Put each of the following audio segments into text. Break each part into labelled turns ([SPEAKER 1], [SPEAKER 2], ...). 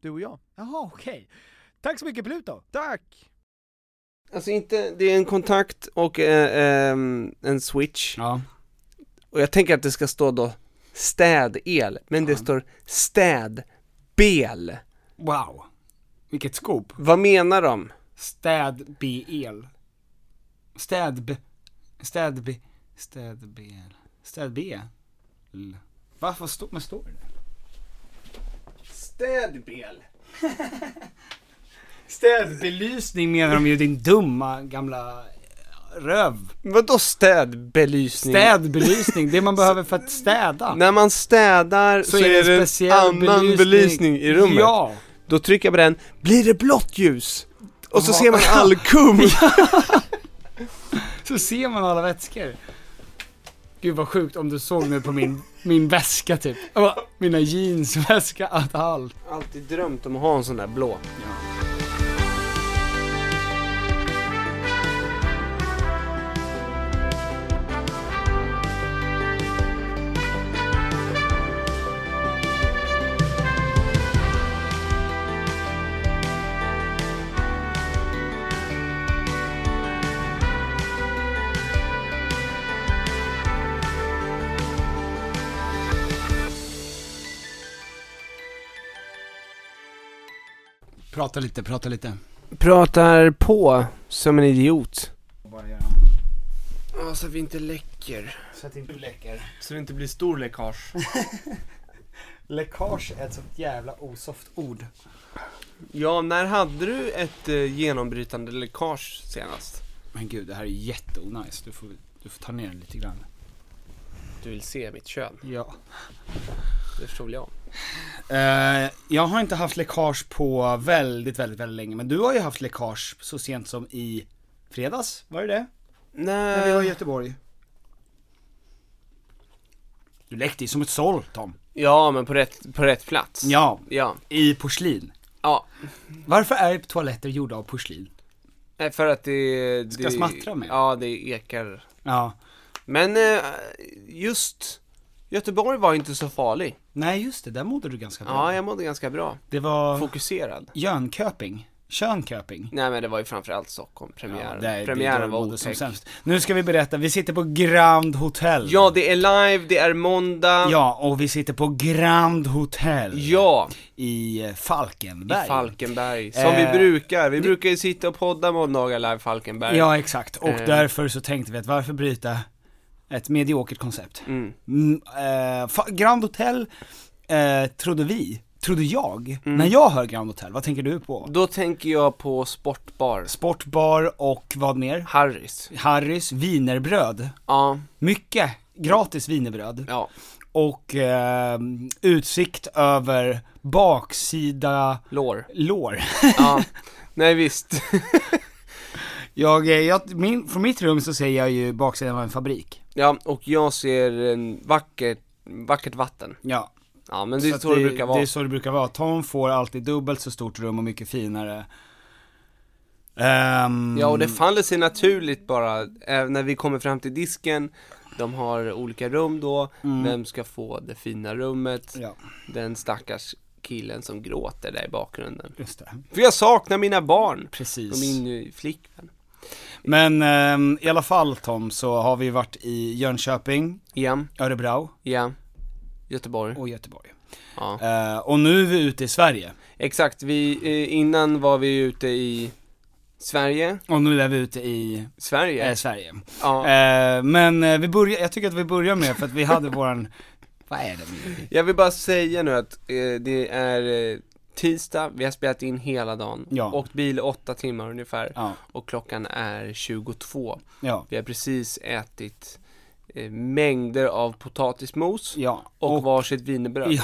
[SPEAKER 1] Du och jag.
[SPEAKER 2] Jaha, okej. Tack så mycket Pluto!
[SPEAKER 1] Tack! Alltså inte, det är en kontakt och eh, ehm, en switch,
[SPEAKER 2] Ja.
[SPEAKER 1] och jag tänker att det ska stå då städel, men det står städbel.
[SPEAKER 3] Wow. Vilket skop.
[SPEAKER 1] Vad menar de?
[SPEAKER 3] Städ-BL. Städ-B. Städ-B. Städ-BL. Städ-B. L. Varför stå, men står det?
[SPEAKER 1] Städbel!
[SPEAKER 3] Städbelysning menar de ju din dumma gamla eh,
[SPEAKER 1] Mm.
[SPEAKER 3] röv.
[SPEAKER 1] Vadå städbelysning?
[SPEAKER 3] Städbelysning, det man behöver för att städa.
[SPEAKER 1] När man städar så, är det en annan belysning. i rummet.
[SPEAKER 3] Ja.
[SPEAKER 1] Då trycker jag på den, blir det blått ljus? Och så ser man alkum!
[SPEAKER 3] Så ser man alla vätskor. Gud vad sjukt om du såg nu på min, min väska typ. Jag bara, Mina jeansväska, att allt.
[SPEAKER 1] Alltid drömt om att ha en sån där blå.
[SPEAKER 3] Prata lite, prata lite.
[SPEAKER 1] Pratar på som en idiot. Ja, så att vi inte läcker.
[SPEAKER 3] Så att inte läcker.
[SPEAKER 1] Så det inte blir stor läckage.
[SPEAKER 3] Läckage är ett sånt jävla osoft ord.
[SPEAKER 1] ja, när hade du ett eh, genombrytande läckage senast?
[SPEAKER 3] Men gud, det här är jätteonajs. Du får, du får ta ner den lite grann.
[SPEAKER 1] Du vill se mitt kön,
[SPEAKER 3] Ja.
[SPEAKER 1] det förstår jag.
[SPEAKER 3] Eh, jag har inte haft läckage på väldigt, väldigt, väldigt länge. Men du har ju haft läckage så sent som i fredags, var det det? När vi var i
[SPEAKER 1] Nej.
[SPEAKER 3] Göteborg. Du läckte ju som ett såll, Tom.
[SPEAKER 1] Ja, men på rätt, på rätt plats.
[SPEAKER 3] Ja.
[SPEAKER 1] Ja.
[SPEAKER 3] I porslin.
[SPEAKER 1] Ja.
[SPEAKER 3] Varför är toaletter gjorda av porslin?
[SPEAKER 1] Nej, Eh, För att det...
[SPEAKER 3] Ska
[SPEAKER 1] det,
[SPEAKER 3] smattra med?
[SPEAKER 1] Ja, det ekar.
[SPEAKER 3] Ja.
[SPEAKER 1] Men eh, just Göteborg var inte så farlig.
[SPEAKER 3] Nej, just det. Där mådde du ganska bra.
[SPEAKER 1] Ja, jag mådde ganska bra.
[SPEAKER 3] Det var
[SPEAKER 1] Fokuserad.
[SPEAKER 3] Jönköping.
[SPEAKER 2] Könköping.
[SPEAKER 1] Nej men det var ju framförallt Stockholm, premiären.
[SPEAKER 2] där-
[SPEAKER 1] premiären
[SPEAKER 2] där
[SPEAKER 1] var
[SPEAKER 2] både som
[SPEAKER 1] otäck.
[SPEAKER 2] sämst. Nu ska vi berätta, vi sitter på Grand Hotel.
[SPEAKER 1] Ja, det är live, det är måndag.
[SPEAKER 2] Ja, och vi sitter på Grand Hotel.
[SPEAKER 1] Ja,
[SPEAKER 2] I eh, Falkenberg.
[SPEAKER 1] i Falkenberg. Som
[SPEAKER 2] Eh,
[SPEAKER 1] vi brukar. Vi brukar ju sitta och podda måndagar live Falkenberg.
[SPEAKER 2] Ja, exakt. Och
[SPEAKER 1] Eh.
[SPEAKER 2] därför så tänkte vi att varför bryta ett mediokert koncept? Mm, eh, fa- Grand Hotel eh, trodde vi, trodde jag,
[SPEAKER 1] Mm.
[SPEAKER 2] när jag hör Grand Hotel, vad tänker du på?
[SPEAKER 1] Då tänker jag på sportbar.
[SPEAKER 2] Sportbar och vad mer?
[SPEAKER 1] Harris.
[SPEAKER 2] Harrys vinerbröd.
[SPEAKER 1] Ja,
[SPEAKER 2] Mycket gratis vinerbröd.
[SPEAKER 1] ja.
[SPEAKER 2] Och eh, utsikt över baksida
[SPEAKER 1] Lår.
[SPEAKER 2] lår.
[SPEAKER 1] Ja. Nej visst.
[SPEAKER 2] Jag, eh, jag, min, från mitt rum så ser jag ju baksidan av en fabrik.
[SPEAKER 1] Ja, och jag ser en vackert, vackert vatten.
[SPEAKER 2] Ja,
[SPEAKER 1] Ja, men det är
[SPEAKER 2] att
[SPEAKER 1] så det, brukar vara.
[SPEAKER 2] Det är så det brukar vara. Tom får alltid dubbelt så stort rum och mycket finare. Ehm,
[SPEAKER 1] Ja, och det faller sig naturligt bara, eh, när vi kommer fram till disken, de har olika rum då, vem ska få det fina rummet?
[SPEAKER 2] Mm. Ja,
[SPEAKER 1] Den stackars killen som gråter där i bakgrunden.
[SPEAKER 2] just det.
[SPEAKER 1] För jag saknar mina barn!
[SPEAKER 2] Precis.
[SPEAKER 1] Och min eh, flickvän.
[SPEAKER 2] Men ehm, i alla fall Tom, så har vi varit i Jönköping,
[SPEAKER 1] Ja,
[SPEAKER 2] Örebro
[SPEAKER 1] ja. Göteborg.
[SPEAKER 2] och Göteborg.
[SPEAKER 1] Ja.
[SPEAKER 2] Eh, och nu är vi ute i Sverige.
[SPEAKER 1] Exakt, vi, eh, innan var vi ute i Sverige.
[SPEAKER 2] Och nu är vi ute i
[SPEAKER 1] Sverige?
[SPEAKER 2] eh, Sverige.
[SPEAKER 1] Ja.
[SPEAKER 2] Eh, men eh, vi börjar, jag tycker att vi börjar med, för att vi hade våran, vad är det? nu?
[SPEAKER 1] Jag vill bara säga nu att eh, det är eh, tisdag, vi har spelat in hela dagen,
[SPEAKER 2] Ja.
[SPEAKER 1] åkt bil åtta timmar ungefär
[SPEAKER 2] Ja,
[SPEAKER 1] och klockan är 22.
[SPEAKER 2] ja,
[SPEAKER 1] Vi har precis ätit eh, mängder av potatismos
[SPEAKER 2] ja.
[SPEAKER 1] och, varsitt wienerbröd.
[SPEAKER 2] Ja.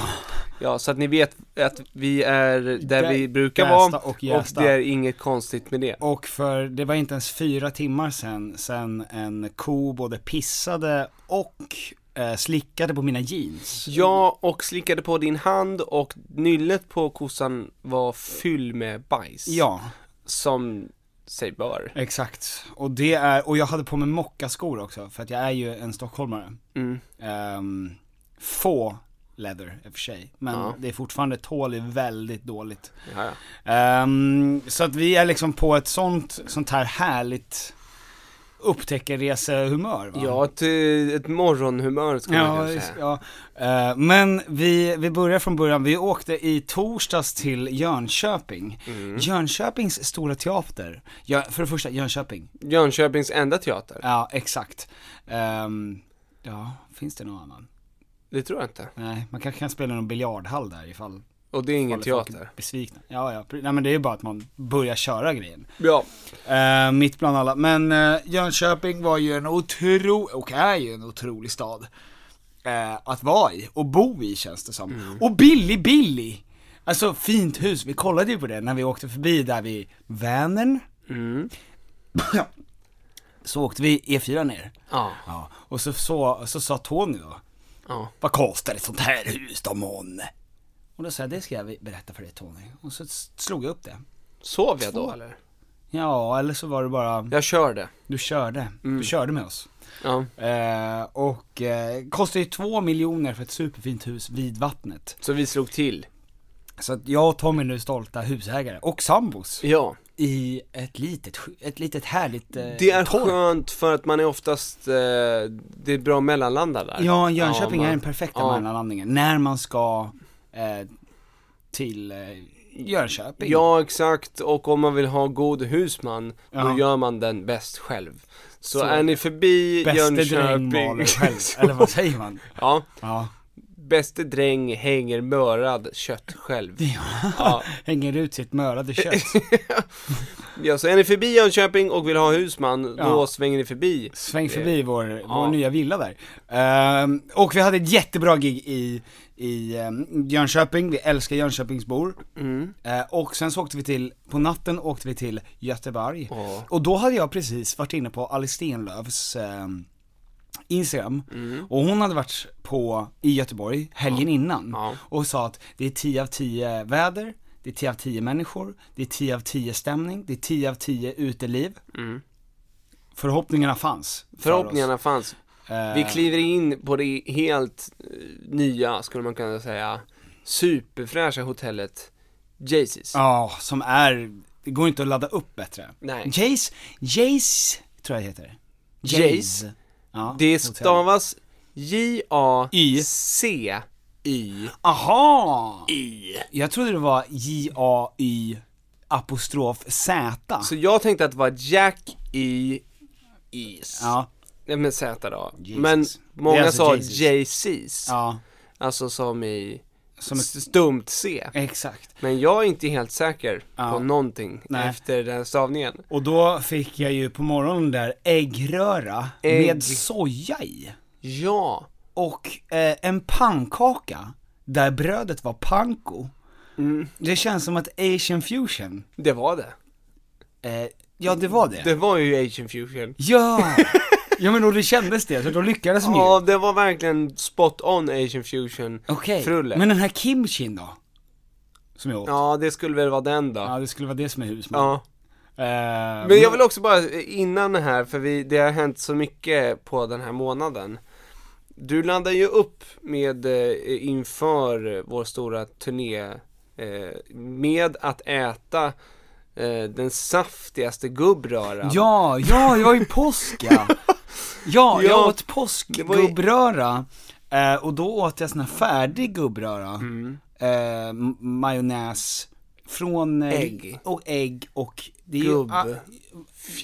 [SPEAKER 1] Ja. så att ni vet att vi är där,
[SPEAKER 2] Där-
[SPEAKER 1] vi brukar
[SPEAKER 2] Bästa
[SPEAKER 1] vara
[SPEAKER 2] och
[SPEAKER 1] och,
[SPEAKER 2] Gästa.
[SPEAKER 1] det är inget konstigt med det.
[SPEAKER 2] Och för, det var inte ens fyra timmar sen, sen en ko både pissade och eh, slickade på mina jeans.
[SPEAKER 1] Jag och slickade på din hand och nyllet på kossan var fylld med bajs.
[SPEAKER 2] Ja,
[SPEAKER 1] Som sig bör.
[SPEAKER 2] exakt. Och det är, och jag hade på mig mockaskor också, för att jag är ju en stockholmare.
[SPEAKER 1] Mm.
[SPEAKER 2] Ehm, få leather i och för sig, men
[SPEAKER 1] Ja.
[SPEAKER 2] det är fortfarande tål är väldigt dåligt.
[SPEAKER 1] Ja, ja.
[SPEAKER 2] Ehm, så att vi är liksom på ett sånt, sånt här härligt upptäckarresehumör va?
[SPEAKER 1] Ja, ett, eh, ett morgonhumör skulle man
[SPEAKER 2] Ja,
[SPEAKER 1] kunna
[SPEAKER 2] just-
[SPEAKER 1] säga.
[SPEAKER 2] ja. Eh, men vi, vi börjar från början, vi åkte i torsdags till Jönköping.
[SPEAKER 1] Mm.
[SPEAKER 2] Jönköpings stora teater, ja, för det första Jönköping,
[SPEAKER 1] Jönköpings enda teater?
[SPEAKER 2] ja exakt. Ehm, ja, finns det någon annan?
[SPEAKER 1] Det tror jag inte.
[SPEAKER 2] Nej, man kanske kan spela i någon biljardhall där ifall
[SPEAKER 1] Och det är ingen
[SPEAKER 2] ifall folk är
[SPEAKER 1] teater.
[SPEAKER 2] besvikna. Ja, ja, pre- nej men det är ju bara att man börjar köra grejen.
[SPEAKER 1] Ja.
[SPEAKER 2] Eh, mitt bland alla, men eh, Jönköping var ju en otro, och är ju en otrolig stad eh, att vara i och bo i känns det som. Och billig, billig! Alltså fint hus, vi kollade ju på det när vi åkte förbi där vid Vänern. så åkte vi E4 ner.
[SPEAKER 1] Ja.
[SPEAKER 2] Ja. Och så, så, så sa Tony då,
[SPEAKER 1] Ja.
[SPEAKER 2] vad kostar ett sånt här hus då månne? Och då sa jag, det ska jag berätta för dig Tony. Och så s- slog jag upp det.
[SPEAKER 1] Sov jag
[SPEAKER 2] Två.
[SPEAKER 1] då eller?
[SPEAKER 2] Ja, eller så var det bara
[SPEAKER 1] Jag körde.
[SPEAKER 2] du körde,
[SPEAKER 1] Mm.
[SPEAKER 2] du körde med oss.
[SPEAKER 1] Ja.
[SPEAKER 2] Eh, och eh, kostar ju två miljoner för ett superfint hus vid vattnet.
[SPEAKER 1] Så vi slog till.
[SPEAKER 2] Så att jag och Tommy är nu stolta husägare och sambos
[SPEAKER 1] Ja.
[SPEAKER 2] i ett litet, sk- ett litet härligt eh,
[SPEAKER 1] Det är
[SPEAKER 2] torp.
[SPEAKER 1] skönt för att man är oftast, eh, det är bra mellanlandar där.
[SPEAKER 2] Ja, Jönköping
[SPEAKER 1] man-
[SPEAKER 2] är den perfekta
[SPEAKER 1] ja.
[SPEAKER 2] mellanlandningen när man ska eh, till eh, Jönköping.
[SPEAKER 1] Ja, exakt. Och om man vill ha god husman,
[SPEAKER 2] Ja.
[SPEAKER 1] då gör man den bäst själv. Så,
[SPEAKER 2] Så.
[SPEAKER 1] är ni förbi
[SPEAKER 2] Bäste dräng maler
[SPEAKER 1] Jönköping.
[SPEAKER 2] själv,
[SPEAKER 1] så-
[SPEAKER 2] eller vad säger man?
[SPEAKER 1] ja.
[SPEAKER 2] Ja.
[SPEAKER 1] Bäste dräng hänger mörad kött själv. Ja.
[SPEAKER 2] Hänger ut sitt mörade kött.
[SPEAKER 1] Ja, så är ni förbi Jönköping och vill ha husman,
[SPEAKER 2] Ja.
[SPEAKER 1] då svänger ni förbi.
[SPEAKER 2] Sväng förbi vår, vår nya villa där. Ehm, och vi hade ett jättebra gig i, i ehm, Jönköping, vi älskar Jönköpingsbor.
[SPEAKER 1] Mm.
[SPEAKER 2] Eh, och sen så åkte vi till, på natten åkte vi till Göteborg.
[SPEAKER 1] Ja.
[SPEAKER 2] Och då hade jag precis varit inne på Alice Stenlöfs ehm, Instagram. Och hon hade varit på, i Göteborg helgen innan.
[SPEAKER 1] Mm. Ja.
[SPEAKER 2] Och sa att det är 10 av 10 väder, det är 10 av 10 människor, det är 10 av 10 stämning, det är 10 av 10 uteliv. Förhoppningarna fanns. för
[SPEAKER 1] Mm. Förhoppningarna
[SPEAKER 2] oss.
[SPEAKER 1] fanns.
[SPEAKER 2] Eh,
[SPEAKER 1] Vi kliver in på det helt eh, nya, skulle man kunna säga, superfräscha hotellet Jaycees.
[SPEAKER 2] Ja, som är det går inte att ladda upp bättre.
[SPEAKER 1] Nej.
[SPEAKER 2] Jace, Jace tror jag heter.
[SPEAKER 1] Jace.
[SPEAKER 2] Ja,
[SPEAKER 1] Det
[SPEAKER 2] hotell.
[SPEAKER 1] stavas J-A-C-I.
[SPEAKER 2] Aha! I. Jag trodde det var J-A-Y apostrof Z.
[SPEAKER 1] Så jag tänkte att det var Jack i Is.
[SPEAKER 2] Ja,
[SPEAKER 1] Nej men Z då.
[SPEAKER 2] Jesus.
[SPEAKER 1] Men
[SPEAKER 2] Det är
[SPEAKER 1] många
[SPEAKER 2] alltså
[SPEAKER 1] sa
[SPEAKER 2] Jesus.
[SPEAKER 1] JC's.
[SPEAKER 2] ja,
[SPEAKER 1] Alltså som i
[SPEAKER 2] Som ett-
[SPEAKER 1] s- stumt C.
[SPEAKER 2] exakt.
[SPEAKER 1] Men jag är inte helt säker
[SPEAKER 2] Ja.
[SPEAKER 1] på någonting
[SPEAKER 2] Nej.
[SPEAKER 1] efter den här stavningen.
[SPEAKER 2] Och då fick jag ju på morgonen där äggröra
[SPEAKER 1] Ägg.
[SPEAKER 2] med soja i.
[SPEAKER 1] Ja.
[SPEAKER 2] Och eh, en pannkaka där brödet var panko.
[SPEAKER 1] Mm.
[SPEAKER 2] Det känns som att asian fusion,
[SPEAKER 1] Det var det.
[SPEAKER 2] eh, ja det var det.
[SPEAKER 1] Det var ju Asian Fusion.
[SPEAKER 2] Ja! ja men då det kändes det, så då lyckades de
[SPEAKER 1] Ja,
[SPEAKER 2] ju.
[SPEAKER 1] det var verkligen spot on Asian Fusion
[SPEAKER 2] Okej,
[SPEAKER 1] frulle.
[SPEAKER 2] men den här kimchin då? Som jag åt. Ja.
[SPEAKER 1] Ja, det skulle väl vara den då. Ja.
[SPEAKER 2] det skulle vara det som är husmål. Eh,
[SPEAKER 1] Men jag vill också bara eh, innan det här, för vi, det har hänt så mycket på den här månaden. Du laddar ju upp med eh, inför vår stora turné eh, med att äta eh, den saftigaste gubbröran.
[SPEAKER 2] Ja, ja, det var ju påsk ja. ja, jag
[SPEAKER 1] Ja,
[SPEAKER 2] åt
[SPEAKER 1] var ju-
[SPEAKER 2] påskgubbröra. Eh, och då åt jag sån här färdig gubbröra.
[SPEAKER 1] Mm.
[SPEAKER 2] Eh, m- majonnäs från eh,
[SPEAKER 1] Ägg.
[SPEAKER 2] Och ägg och det är
[SPEAKER 1] Gubb.
[SPEAKER 2] ju,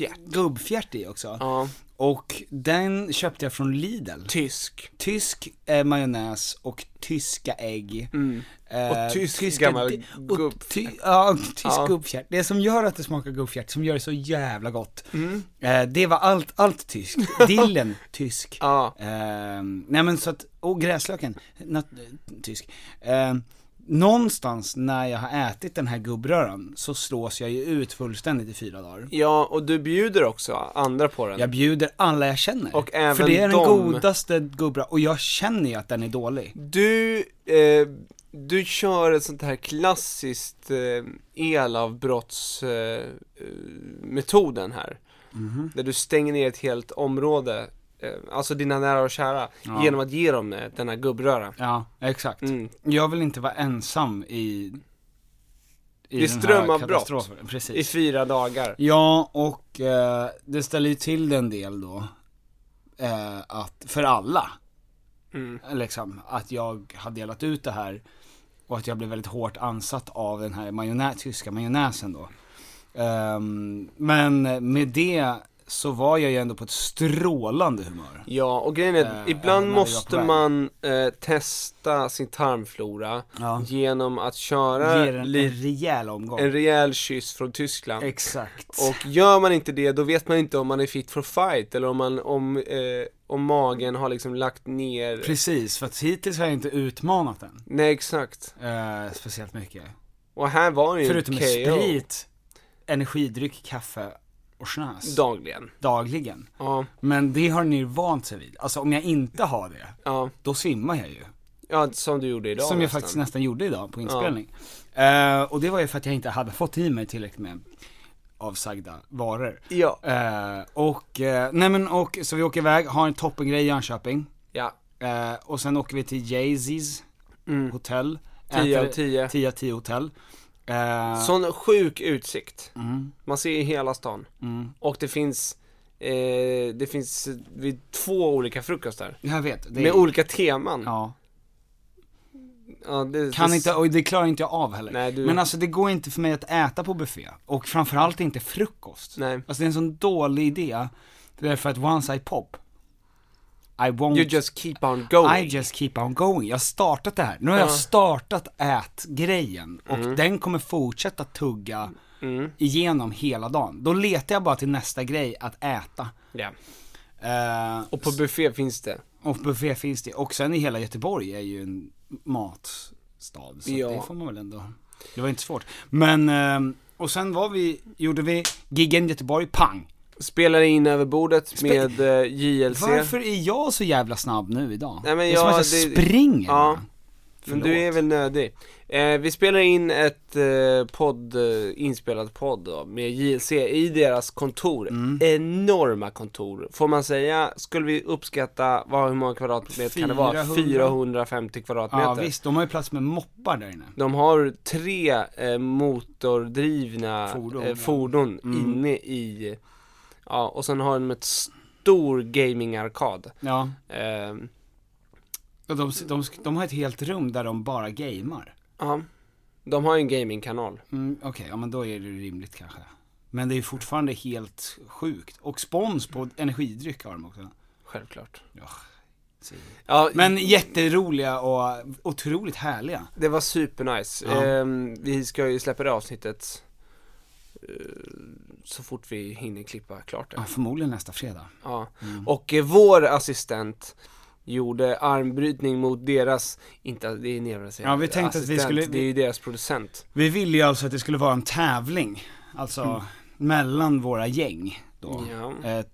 [SPEAKER 2] ah, gubbfjärt i också.
[SPEAKER 1] Ja,
[SPEAKER 2] Och den köpte jag från Lidl.
[SPEAKER 1] tysk.
[SPEAKER 2] Tysk eh, majonnäs och tyska ägg. Eh,
[SPEAKER 1] Mm. Och tysk
[SPEAKER 2] tyska
[SPEAKER 1] gammal
[SPEAKER 2] di-
[SPEAKER 1] gubbfjärt.
[SPEAKER 2] Och ty, ja, och tysk
[SPEAKER 1] Ja.
[SPEAKER 2] gubbfjärt. Det som gör att det smakar gubbfjärt, som gör det så jävla gott.
[SPEAKER 1] Mm.
[SPEAKER 2] Eh, det var allt, allt tyskt. Dillen, tysk.
[SPEAKER 1] Ja.
[SPEAKER 2] Ehm, nej men så att, och gräslöken, nat- eh, tysk. Ehm, någonstans när jag har ätit den här gubbröran så slås jag ju ut fullständigt i fyra dagar.
[SPEAKER 1] Ja, och du bjuder också andra på den.
[SPEAKER 2] Jag bjuder alla jag känner.
[SPEAKER 1] Och även
[SPEAKER 2] För det är
[SPEAKER 1] dem.
[SPEAKER 2] den godaste gubbröran, och jag känner ju att den är dålig.
[SPEAKER 1] Du, eh, du kör ett sånt här klassiskt eh, elavbrottsmetoden eh, metoden här.
[SPEAKER 2] Mhm.
[SPEAKER 1] Där du stänger ner ett helt område, eh, alltså dina nära och kära, genom att ge dem eh, denna gubbröra.
[SPEAKER 2] Ja, exakt.
[SPEAKER 1] Mm.
[SPEAKER 2] Jag vill inte vara ensam i... I
[SPEAKER 1] Det
[SPEAKER 2] den här
[SPEAKER 1] strömavbrott
[SPEAKER 2] katastrofen.
[SPEAKER 1] i
[SPEAKER 2] Precis.
[SPEAKER 1] fyra dagar.
[SPEAKER 2] Ja, och eh, det ställer ju till det en del då. Eh, att, för alla.
[SPEAKER 1] Mm.
[SPEAKER 2] Liksom, att jag har delat ut det här och att jag blev väldigt hårt ansatt av den här majonnä- tyska majonnäsen då. Ehm, men med det så var jag ju ändå på ett strålande humör.
[SPEAKER 1] Ja, och grejen är att
[SPEAKER 2] Eh, även
[SPEAKER 1] ibland
[SPEAKER 2] när vi
[SPEAKER 1] måste
[SPEAKER 2] var på väg.
[SPEAKER 1] man eh, testa sin tarmflora
[SPEAKER 2] Ja.
[SPEAKER 1] genom att
[SPEAKER 2] Ger
[SPEAKER 1] köra
[SPEAKER 2] den
[SPEAKER 1] li-
[SPEAKER 2] en rejäl omgång.
[SPEAKER 1] en rejäl kyss från Tyskland.
[SPEAKER 2] Exakt.
[SPEAKER 1] Och gör man inte det, då vet man inte om man är fit for fight eller om man, om, eh, om magen har liksom lagt ner
[SPEAKER 2] Precis, för att hittills har jag inte utmanat den
[SPEAKER 1] Nej exakt.
[SPEAKER 2] eh, speciellt mycket.
[SPEAKER 1] Och här var det ju
[SPEAKER 2] Förutom
[SPEAKER 1] en
[SPEAKER 2] med sprit, energidryck, kaffe och snaps.
[SPEAKER 1] Dagligen.
[SPEAKER 2] dagligen.
[SPEAKER 1] Ja,
[SPEAKER 2] Men det har ni ju vant sig vid. Alltså om jag inte har det,
[SPEAKER 1] ja,
[SPEAKER 2] då svimmar jag ju.
[SPEAKER 1] ja, som du gjorde idag
[SPEAKER 2] Som jag
[SPEAKER 1] nästan.
[SPEAKER 2] faktiskt nästan gjorde idag på inspelning. Eh, och det var ju för att jag inte hade fått i mig tillräckligt med avsagda varor.
[SPEAKER 1] Ja,
[SPEAKER 2] Eh, och, eh, nej men och, så vi åker iväg, har en toppengrej i Jönköping.
[SPEAKER 1] ja.
[SPEAKER 2] Eh, och sen åker vi till Jay-Z's hotell.
[SPEAKER 1] 10 Mm. av
[SPEAKER 2] Äter-
[SPEAKER 1] 10.
[SPEAKER 2] 10 av 10 hotell. Eh,
[SPEAKER 1] Sån sjuk utsikt.
[SPEAKER 2] Mm.
[SPEAKER 1] Man ser ju hela stan. Och det finns, eh, det finns eh, vid två olika frukostar.
[SPEAKER 2] jag vet. Det
[SPEAKER 1] Med olika teman. Ja.
[SPEAKER 2] ja.
[SPEAKER 1] det,
[SPEAKER 2] Kan
[SPEAKER 1] det,
[SPEAKER 2] inte, och det klarar inte jag av heller.
[SPEAKER 1] Nej, du-
[SPEAKER 2] Men alltså det går inte för mig att äta på buffé. Och framförallt inte frukost.
[SPEAKER 1] Nej.
[SPEAKER 2] Alltså det är en sån dålig idé. Det är för att once I pop, I won't
[SPEAKER 1] You just keep on going.
[SPEAKER 2] I just keep on going. Jag har startat det här. Nu har jag startat ätgrejen och
[SPEAKER 1] Mm.
[SPEAKER 2] den kommer fortsätta tugga igenom hela dagen. Då letar jag bara till nästa grej att äta.
[SPEAKER 1] Ja.
[SPEAKER 2] Eh,
[SPEAKER 1] Och på buffé finns det.
[SPEAKER 2] och buffé finns det. Och sen i hela Göteborg är ju en matstad. Så
[SPEAKER 1] Ja.
[SPEAKER 2] det får man väl ändå. Det var inte svårt. Men, eh, och sen var vi, gjorde vi giggen Göteborg, pang.
[SPEAKER 1] Spelar in över bordet med eh, JLC.
[SPEAKER 2] Varför är jag så jävla snabb nu idag?
[SPEAKER 1] Nej, men
[SPEAKER 2] det är som
[SPEAKER 1] jag-
[SPEAKER 2] att jag
[SPEAKER 1] det-
[SPEAKER 2] springer.
[SPEAKER 1] ja. Men du är väl nödig. Eh, vi spelar in ett eh, podd, eh, inspelad podd då, med JLC i deras kontor.
[SPEAKER 2] Mm.
[SPEAKER 1] Enorma kontor. Får man säga, skulle vi uppskatta, vad, hur många kvadratmeter kan det vara?
[SPEAKER 2] 400?
[SPEAKER 1] 450 kvadratmeter.
[SPEAKER 2] Ja visst, de har ju plats med moppar där inne.
[SPEAKER 1] De har tre eh, motordrivna
[SPEAKER 2] Fordon,
[SPEAKER 1] fordon,
[SPEAKER 2] ja. Mm.
[SPEAKER 1] eh, fordon inne i, ja och sen har de ett stor gamingarkad.
[SPEAKER 2] Ja.
[SPEAKER 1] Eh,
[SPEAKER 2] Och de, de, de har ett helt rum där de bara gamer.
[SPEAKER 1] ja, de har en gamingkanal.
[SPEAKER 2] Mm, Okej, ja men då är det rimligt kanske. Men det är ju fortfarande helt sjukt. Och spons på energidryck har de också.
[SPEAKER 1] Självklart.
[SPEAKER 2] Ja, säg det.
[SPEAKER 1] Ja,
[SPEAKER 2] Men jätteroliga och otroligt härliga.
[SPEAKER 1] Det var supernice.
[SPEAKER 2] Ja.
[SPEAKER 1] Ehm, vi ska ju släppa det avsnittet eh, så fort vi hinner klippa klart det.
[SPEAKER 2] Ja, Mm. förmodligen nästa fredag.
[SPEAKER 1] Ja. Och eh, vår assistent gjorde armbrytning mot deras, inte det är nervöst.
[SPEAKER 2] Ja, vi tänkte att vi skulle-
[SPEAKER 1] Det är ju deras producent.
[SPEAKER 2] Vi ville ju alltså att det skulle vara en tävling, alltså mellan våra gäng då.
[SPEAKER 1] Mm. Ja.
[SPEAKER 2] Eh,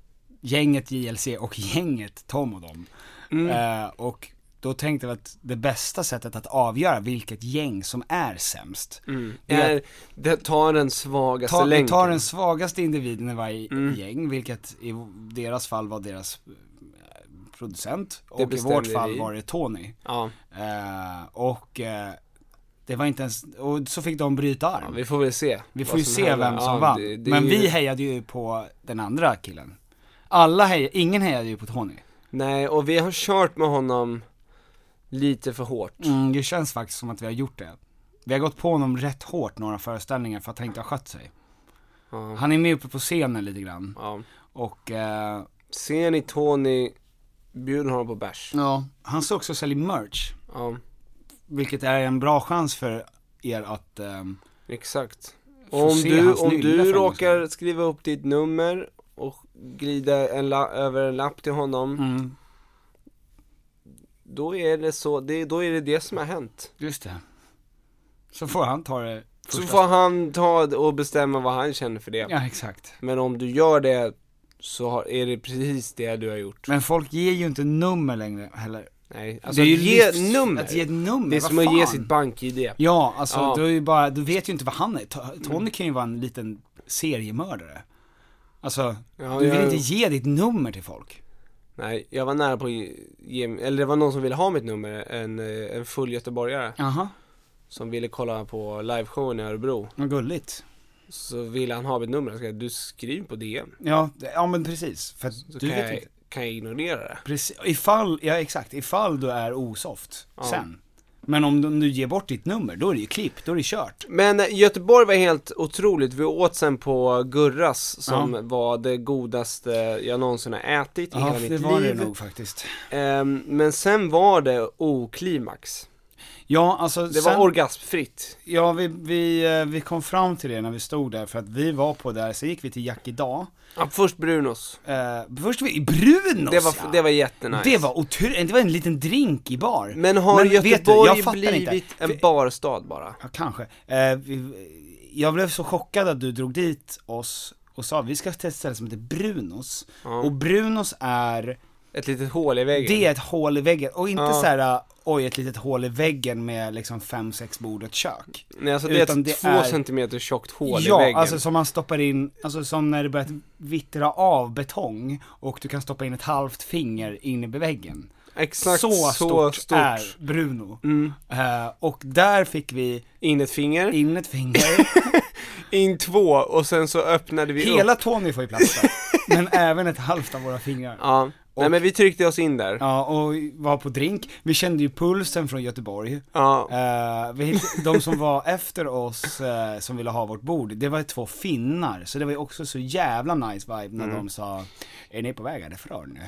[SPEAKER 2] gänget JLC och gänget Tom och dem.
[SPEAKER 1] Mm.
[SPEAKER 2] Eh, och då tänkte vi att det bästa sättet att avgöra vilket gäng som är sämst,
[SPEAKER 1] Mm.
[SPEAKER 2] det är att
[SPEAKER 1] Är, det tar den svagaste
[SPEAKER 2] ta, vi
[SPEAKER 1] länken.
[SPEAKER 2] tar den svagaste individen i varje
[SPEAKER 1] Mm.
[SPEAKER 2] gäng, vilket i deras fall var deras eh, producent
[SPEAKER 1] Det
[SPEAKER 2] och i
[SPEAKER 1] bestämde
[SPEAKER 2] vårt fall
[SPEAKER 1] vi.
[SPEAKER 2] var det Tony.
[SPEAKER 1] Ja.
[SPEAKER 2] Eh, och eh, det var inte ens, och så fick de bryta
[SPEAKER 1] ja,
[SPEAKER 2] arm.
[SPEAKER 1] vi får väl se.
[SPEAKER 2] Vi får
[SPEAKER 1] vad
[SPEAKER 2] ju
[SPEAKER 1] som
[SPEAKER 2] se
[SPEAKER 1] händer.
[SPEAKER 2] vem som
[SPEAKER 1] Ja,
[SPEAKER 2] vann.
[SPEAKER 1] det- det är
[SPEAKER 2] Men
[SPEAKER 1] ju-
[SPEAKER 2] vi hejade ju på den andra killen. Alla hejade, ingen hejade ju på Tony.
[SPEAKER 1] Nej, och vi har kört med honom lite för hårt.
[SPEAKER 2] Mm, det känns faktiskt som att vi har gjort det. Vi har gått på honom rätt hårt några föreställningar för att han inte har skött sig.
[SPEAKER 1] Ja.
[SPEAKER 2] Han är med uppe på scenen lite grann
[SPEAKER 1] Ja.
[SPEAKER 2] och eh,
[SPEAKER 1] Ser ni Tony, bjud honom på bärs.
[SPEAKER 2] ja. han ska också sälja merch.
[SPEAKER 1] Ja,
[SPEAKER 2] Vilket är en bra chans för er att, ehm,
[SPEAKER 1] exakt.
[SPEAKER 2] Få
[SPEAKER 1] Om
[SPEAKER 2] se
[SPEAKER 1] du,
[SPEAKER 2] hans
[SPEAKER 1] om
[SPEAKER 2] nylla
[SPEAKER 1] du
[SPEAKER 2] framgångsrika.
[SPEAKER 1] råkar skriva upp ditt nummer och glida en la- över en lapp till honom,
[SPEAKER 2] mm,
[SPEAKER 1] då är det så, det, då är det det som har hänt.
[SPEAKER 2] just det. Så får han ta det
[SPEAKER 1] Så
[SPEAKER 2] första.
[SPEAKER 1] får han ta det och bestämma vad han känner för det.
[SPEAKER 2] Ja exakt.
[SPEAKER 1] Men om du gör det, så har, är det precis det du har gjort.
[SPEAKER 2] Men folk ger ju inte nummer längre heller.
[SPEAKER 1] Nej, alltså
[SPEAKER 2] det är ju
[SPEAKER 1] ge
[SPEAKER 2] livs-
[SPEAKER 1] nummer.
[SPEAKER 2] Att ge ett nummer,
[SPEAKER 1] det är
[SPEAKER 2] vad
[SPEAKER 1] som att ge
[SPEAKER 2] fan?
[SPEAKER 1] sitt bank-id.
[SPEAKER 2] Ja, alltså
[SPEAKER 1] Ja.
[SPEAKER 2] du är ju bara, du vet ju inte vad han är. Ta- Tony kan ju vara en liten seriemördare. Alltså,
[SPEAKER 1] Ja,
[SPEAKER 2] du vill
[SPEAKER 1] jag-
[SPEAKER 2] inte ge ditt nummer till folk.
[SPEAKER 1] Nej, jag var nära på att ge- ge, eller det var någon som ville ha mitt nummer, en, eh, en full göteborgare.
[SPEAKER 2] Jaha,
[SPEAKER 1] som ville kolla på liveshowen i Örebro
[SPEAKER 2] vad gulligt.
[SPEAKER 1] Så ville han ha mitt nummer, jag skrev, du skriv på DM
[SPEAKER 2] Ja, det- ja men precis. För att
[SPEAKER 1] Så
[SPEAKER 2] du
[SPEAKER 1] kan
[SPEAKER 2] vet
[SPEAKER 1] jag,
[SPEAKER 2] inte.
[SPEAKER 1] kan jag ignorera det
[SPEAKER 2] Precis, ifall, ja exakt, ifall du är osoft sen. Men om du, om du ger bort ditt nummer, då är det ju klipp, då är det kört.
[SPEAKER 1] Men eh, Göteborg var helt otroligt, vi åt sen på Gurras som
[SPEAKER 2] Ja.
[SPEAKER 1] var det godaste jag någonsin har ätit i
[SPEAKER 2] Ja,
[SPEAKER 1] hela mitt
[SPEAKER 2] det var
[SPEAKER 1] liv
[SPEAKER 2] det nog faktiskt.
[SPEAKER 1] Ehm, Men sen var det oklimax
[SPEAKER 2] Ja, alltså
[SPEAKER 1] Det
[SPEAKER 2] sen,
[SPEAKER 1] var orgasmfritt
[SPEAKER 2] ja vi, vi, eh, vi kom fram till det när vi stod där, för att vi var på där, sen gick vi till Jack idag.
[SPEAKER 1] ja, Först Brunos,
[SPEAKER 2] Eh, först var vi i Brunos
[SPEAKER 1] det var,
[SPEAKER 2] ja.
[SPEAKER 1] det var jättenice
[SPEAKER 2] Det var otur, det var en liten drink i bar.
[SPEAKER 1] Men har
[SPEAKER 2] vet du,
[SPEAKER 1] Göteborg
[SPEAKER 2] jag fattar
[SPEAKER 1] blivit
[SPEAKER 2] inte.
[SPEAKER 1] en barstad bara?
[SPEAKER 2] Ja, kanske. Eh, vi- jag blev så chockad att du drog dit oss och sa vi ska till ett ställe som heter Brunos. Och Brunos är,
[SPEAKER 1] Ett litet hål i väggen
[SPEAKER 2] det är ett hål i väggen. Och inte så här, oj ett litet hål i väggen med liksom fem, sex bord och ett kök.
[SPEAKER 1] Nej alltså det är
[SPEAKER 2] Utan
[SPEAKER 1] ett
[SPEAKER 2] det
[SPEAKER 1] två
[SPEAKER 2] är-
[SPEAKER 1] centimeter tjockt hål i
[SPEAKER 2] ja,
[SPEAKER 1] väggen
[SPEAKER 2] alltså som man stoppar in, alltså som när det börjat vittra av betong och du kan stoppa in ett halvt finger in i väggen.
[SPEAKER 1] Exakt
[SPEAKER 2] så,
[SPEAKER 1] så
[SPEAKER 2] stort,
[SPEAKER 1] stort, Mm.
[SPEAKER 2] är Bruno. Eh, och där fick vi
[SPEAKER 1] In ett finger,
[SPEAKER 2] in ett finger,
[SPEAKER 1] in två och sen så öppnade vi upp
[SPEAKER 2] hela Tony får ju plats där, men även ett halvt av våra fingrar. Ja.
[SPEAKER 1] Ja, nej men vi tryckte oss in där
[SPEAKER 2] och var på drink, vi kände ju pulsen från Göteborg.
[SPEAKER 1] Ja,
[SPEAKER 2] Eh, vi, hitt- de som var efter oss, eh, som ville ha vårt bord, det var ju två finnar, så det var ju också så jävla nice vibe
[SPEAKER 1] Mm.
[SPEAKER 2] när de sa Är ni på väg härifrån?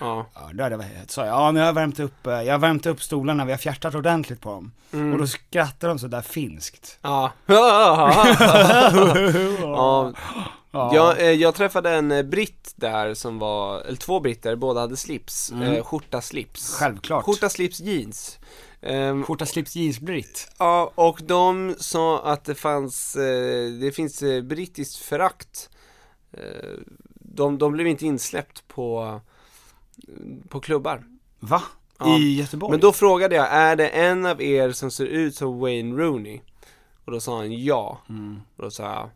[SPEAKER 1] ja,
[SPEAKER 2] Ja, då hade jag, sa jag, ja nu har jag värmt upp, eh, jag har värmt upp stolarna, vi har fjärtat ordentligt på dem.
[SPEAKER 1] Mm.
[SPEAKER 2] Och då skrattar de så där finskt.
[SPEAKER 1] ja Ja, jag, eh, jag träffade en eh, britt där som var, eller två britter, båda hade slips, eh, skjorta slips
[SPEAKER 2] Mm. Självklart.
[SPEAKER 1] Skjorta slips jeans Ehm,
[SPEAKER 2] Skjorta, slips, jeans, britt.
[SPEAKER 1] Ja, och de sa att det fanns, eh, det finns eh, brittiskt förakt. Eh, de, de blev inte insläppt på, på eh, klubbar.
[SPEAKER 2] Va?
[SPEAKER 1] Ja.
[SPEAKER 2] i Göteborg.
[SPEAKER 1] Men då frågade jag, är det en av er som ser ut som Wayne Rooney? Och då sa han ja. Och då sa jag,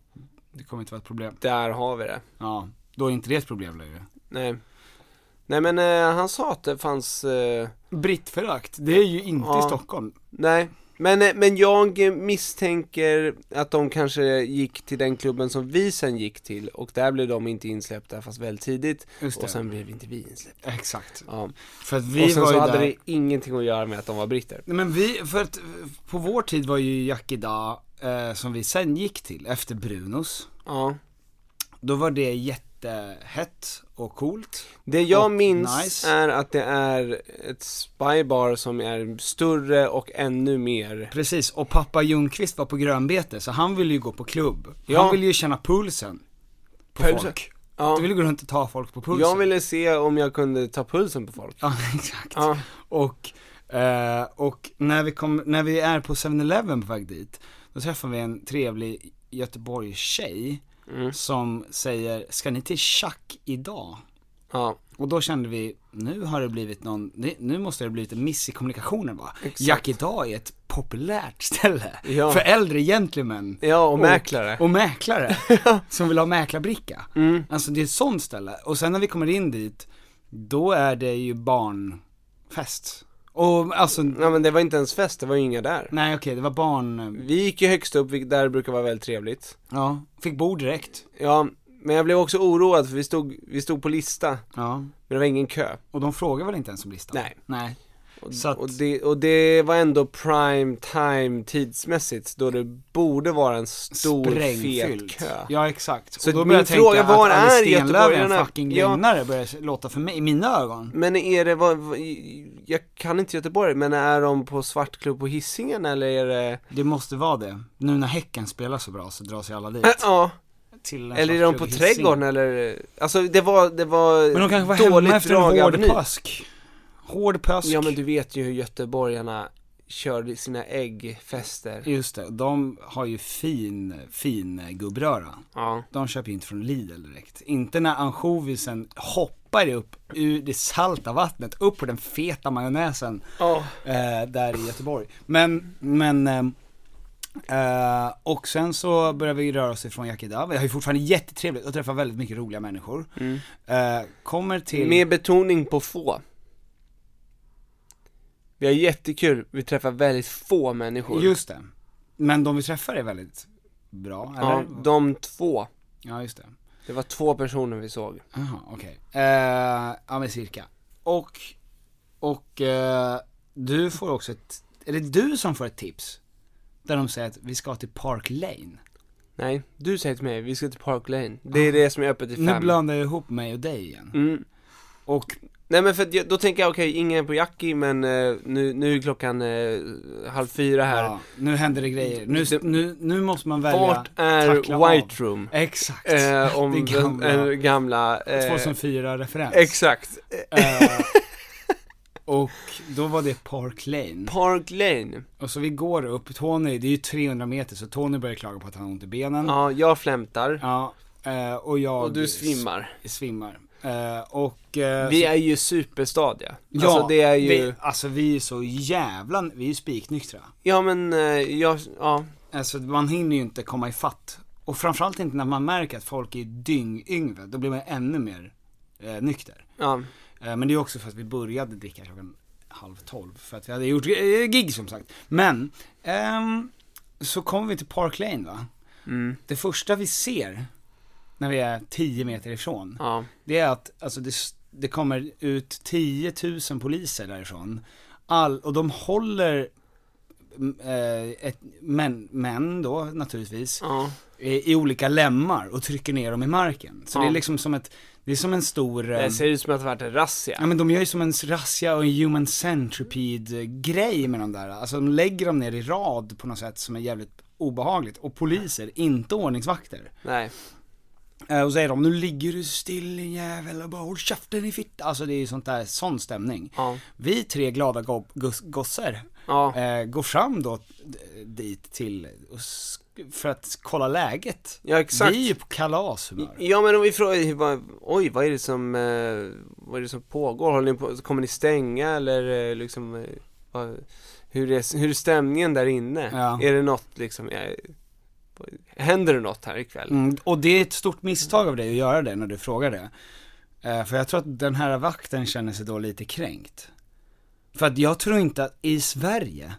[SPEAKER 2] det kommer inte vara ett problem.
[SPEAKER 1] där har vi det.
[SPEAKER 2] Ja, då är inte det ett problem längre.
[SPEAKER 1] Nej. Nej men eh, han sa att det fanns, eh,
[SPEAKER 2] Brittförakt, det är ju inte
[SPEAKER 1] Ja.
[SPEAKER 2] i Stockholm.
[SPEAKER 1] nej. Men, eh, men jag eh, misstänker att de kanske gick till den klubben som vi sen gick till och där blev de inte insläppta fast väldigt tidigt.
[SPEAKER 2] Just det.
[SPEAKER 1] Och sen blev inte vi insläppta.
[SPEAKER 2] Exakt.
[SPEAKER 1] Ja.
[SPEAKER 2] För att
[SPEAKER 1] och
[SPEAKER 2] vi
[SPEAKER 1] sen
[SPEAKER 2] var
[SPEAKER 1] så
[SPEAKER 2] ju
[SPEAKER 1] hade
[SPEAKER 2] där...
[SPEAKER 1] det ingenting att göra med att de var britter.
[SPEAKER 2] Nej men vi, för att eh, på vår tid var ju Jack Da, eh, som vi sen gick till efter Brunos,
[SPEAKER 1] Ja.
[SPEAKER 2] då var det jättehett och coolt.
[SPEAKER 1] Det jag
[SPEAKER 2] Och
[SPEAKER 1] minns
[SPEAKER 2] nice.
[SPEAKER 1] är att det är ett spybar som är större och ännu mer
[SPEAKER 2] Precis, och pappa Ljungqvist var på grönbete så han ville ju gå på klubb.
[SPEAKER 1] Ja.
[SPEAKER 2] Han ville ju känna pulsen på
[SPEAKER 1] Pulsen.
[SPEAKER 2] folk.
[SPEAKER 1] Ja.
[SPEAKER 2] Du ville gå runt och ta folk på pulsen.
[SPEAKER 1] Jag ville se om jag kunde ta pulsen på folk
[SPEAKER 2] Ja, exakt.
[SPEAKER 1] Ja.
[SPEAKER 2] Och, eh, och när, vi kom, när vi är på 7-Eleven på väg dit, då träffar vi en trevlig Göteborgs-tjej som säger, ska ni till Chack idag?
[SPEAKER 1] Ja,
[SPEAKER 2] Och då kände vi, nu har det blivit någon, nu- nu måste det ha blivit en miss i kommunikationen va? Jack idag är ett populärt ställe
[SPEAKER 1] Ja.
[SPEAKER 2] för äldre gentlemän
[SPEAKER 1] ja och mäklare Mm.
[SPEAKER 2] och mäklare som vill ha mäklarbricka. Alltså det är ett sånt ställe. Och sen när vi kommer in dit, då är det ju barnfest. Och alltså,
[SPEAKER 1] Ja men det var inte ens fest, det var ju inga där
[SPEAKER 2] nej okej det var barn,
[SPEAKER 1] Vi gick ju högst upp, vilket där brukar vara väldigt trevligt
[SPEAKER 2] ja, fick bord direkt.
[SPEAKER 1] Ja, men jag blev också oroad för vi stod, vi stod på lista,
[SPEAKER 2] Ja.
[SPEAKER 1] men det var ingen kö
[SPEAKER 2] Och de frågar väl inte ens om listan?
[SPEAKER 1] Nej.
[SPEAKER 2] Nej. Så att,
[SPEAKER 1] och det, och det var ändå prime time tidsmässigt, då det borde vara en stor
[SPEAKER 2] sprängfylld.
[SPEAKER 1] fet kö
[SPEAKER 2] Ja exakt.
[SPEAKER 1] Så
[SPEAKER 2] och då
[SPEAKER 1] min
[SPEAKER 2] börjar jag tänka
[SPEAKER 1] fråga, var
[SPEAKER 2] att
[SPEAKER 1] är
[SPEAKER 2] Alice Stenlöf är
[SPEAKER 1] göteborgarna?
[SPEAKER 2] en fucking
[SPEAKER 1] Ja.
[SPEAKER 2] lögnare, börjar låta för mig, i mina ögon.
[SPEAKER 1] Men är det, vad, vad- jag kan inte Göteborg, men är de på svartklubb på Hisingen eller är det,
[SPEAKER 2] Det måste vara det. Nu när Häcken spelar så bra så dras ju alla dit.
[SPEAKER 1] ja
[SPEAKER 2] Till en
[SPEAKER 1] Äh, Eller är
[SPEAKER 2] sorts
[SPEAKER 1] de på
[SPEAKER 2] Hisingen.
[SPEAKER 1] trädgården eller? Alltså det var, det var
[SPEAKER 2] Men de kanske var hemma efter en
[SPEAKER 1] drag
[SPEAKER 2] hård
[SPEAKER 1] avenyn.
[SPEAKER 2] påsk. Hård påsk.
[SPEAKER 1] Ja men du vet ju hur göteborgarna kör sina äggfester
[SPEAKER 2] Just det, de har ju fin, fin gubbröra.
[SPEAKER 1] Ja,
[SPEAKER 2] De köper ju inte från Lidl direkt. Inte när ansjovisen hoppar upp ur det salta vattnet, upp på den feta majonnäsen.
[SPEAKER 1] ja,
[SPEAKER 2] eh, där i Göteborg. Men, men, ehm, eh, och sen så börjar vi röra oss ifrån Yakida, vi har ju fortfarande jättetrevligt och träffar väldigt mycket roliga människor. Eh, kommer till,
[SPEAKER 1] Mm. med betoning på få Vi har jättekul, vi träffar väldigt få människor
[SPEAKER 2] just det, men de vi träffar är väldigt bra, eller?
[SPEAKER 1] Ja, de två
[SPEAKER 2] Ja, just det.
[SPEAKER 1] Det var två personer vi såg
[SPEAKER 2] Jaha, okej. Eh, ja men cirka. Och, och eh, du får också ett, är det du som får ett tips? Där de säger att vi ska till Park Lane.
[SPEAKER 1] Nej, du säger till mig, vi ska till Park Lane Det är det som är öppet i fem
[SPEAKER 2] Nu blandar jag ihop mig och dig igen.
[SPEAKER 1] Mm.
[SPEAKER 2] Och
[SPEAKER 1] Nej men för att jag, då tänker jag okej, ingen på Jackie men eh, nu, nu är klockan eh, halv fyra här
[SPEAKER 2] Ja, nu händer det grejer. Nu,
[SPEAKER 1] Det-
[SPEAKER 2] nu, nu måste man välja.
[SPEAKER 1] Vart är
[SPEAKER 2] tackla
[SPEAKER 1] White
[SPEAKER 2] av.
[SPEAKER 1] Room?
[SPEAKER 2] Exakt.
[SPEAKER 1] Eh, om
[SPEAKER 2] det gamla.
[SPEAKER 1] den eh, gamla eh,
[SPEAKER 2] 2004-referens.
[SPEAKER 1] Exakt
[SPEAKER 2] Eh, och då var det Park Lane.
[SPEAKER 1] Park Lane
[SPEAKER 2] Och så vi går upp, Tony, det är ju 300 meter så Tony börjar klaga på att han har ont i benen.
[SPEAKER 1] Ja, jag flämtar
[SPEAKER 2] Ja, eh, och jag
[SPEAKER 1] och du svimmar
[SPEAKER 2] s- Svimmar. Eh, och... eh,
[SPEAKER 1] Vi
[SPEAKER 2] så-
[SPEAKER 1] är
[SPEAKER 4] Alltså-
[SPEAKER 1] ju superstadiga Alltså det är ju,
[SPEAKER 2] vi, alltså vi är så jävla, vi är ju spiknyktra.
[SPEAKER 1] ja men eh, jag, ja
[SPEAKER 2] Alltså man hinner ju inte komma i fatt. Och framförallt inte när man märker att folk är dyngyngre, då blir man ännu mer eh, nykter.
[SPEAKER 1] Ja,
[SPEAKER 2] Eh, men det är också för att vi började dricka klockan halv tolv, för att vi hade gjort eh, gig som sagt. Men, ehm, så kommer vi till Park Lane va? Det första vi ser, när vi är 10 meter ifrån,
[SPEAKER 1] ja,
[SPEAKER 2] det är att alltså, det, s- det kommer ut 10 000 poliser därifrån. All, och de håller m- eh, ett, män, män då naturligtvis
[SPEAKER 1] ja,
[SPEAKER 2] i, i olika lemmar och trycker ner dem i marken. Så
[SPEAKER 1] Ja.
[SPEAKER 2] det är liksom som ett, det är som en stor... eh,
[SPEAKER 4] Ehm.
[SPEAKER 1] det ser ut som att det varit en
[SPEAKER 2] Ja
[SPEAKER 1] razzia
[SPEAKER 2] men de gör ju som en razzia och en human centipede grej med de där. Alltså de lägger dem ner i rad på något sätt som är jävligt obehagligt. Och poliser, inte ordningsvakter.
[SPEAKER 1] Nej,
[SPEAKER 4] Eh, Och säger de 'Nu ligger du still din jävel och bara håll käften i fitta' Alltså det är ju sånt där, sån stämning.
[SPEAKER 1] Ja.
[SPEAKER 4] Vi tre glada go- gos- gossar
[SPEAKER 1] Ja.
[SPEAKER 4] eh, går fram då d- dit till, och sk- för att kolla läget.
[SPEAKER 1] Ja, exakt.
[SPEAKER 4] Vi är ju på kalashumör.
[SPEAKER 1] Ja men om vi frågar, vad- oj vad är det som, eh, vad är det som pågår? Håller ni på, kommer ni stänga eller eh, liksom, eh, vad, hur, är, hur är stämningen där inne?
[SPEAKER 4] Ja.
[SPEAKER 1] Är det något liksom, eh, vad- händer det något här ikväll?
[SPEAKER 4] Mm, och det är ett stort misstag av dig att göra det när du frågar det. Eh, för jag tror att den här vakten känner sig då lite kränkt. För att jag tror inte att i Sverige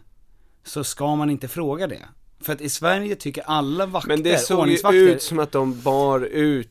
[SPEAKER 4] så ska man inte fråga det. För att i Sverige tycker alla vakter,
[SPEAKER 1] Men det såg ju
[SPEAKER 4] ordningsvakter,
[SPEAKER 1] ut som att de bar ut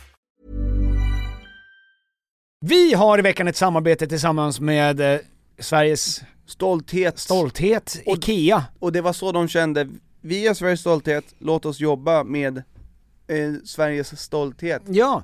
[SPEAKER 2] Vi har i veckan ett samarbete tillsammans med eh, Sveriges
[SPEAKER 5] Stolthet.
[SPEAKER 2] stolthet, IKEA.
[SPEAKER 5] Och det var så de kände, vi är Sveriges stolthet, låt oss jobba med eh, Sveriges stolthet.
[SPEAKER 2] Ja,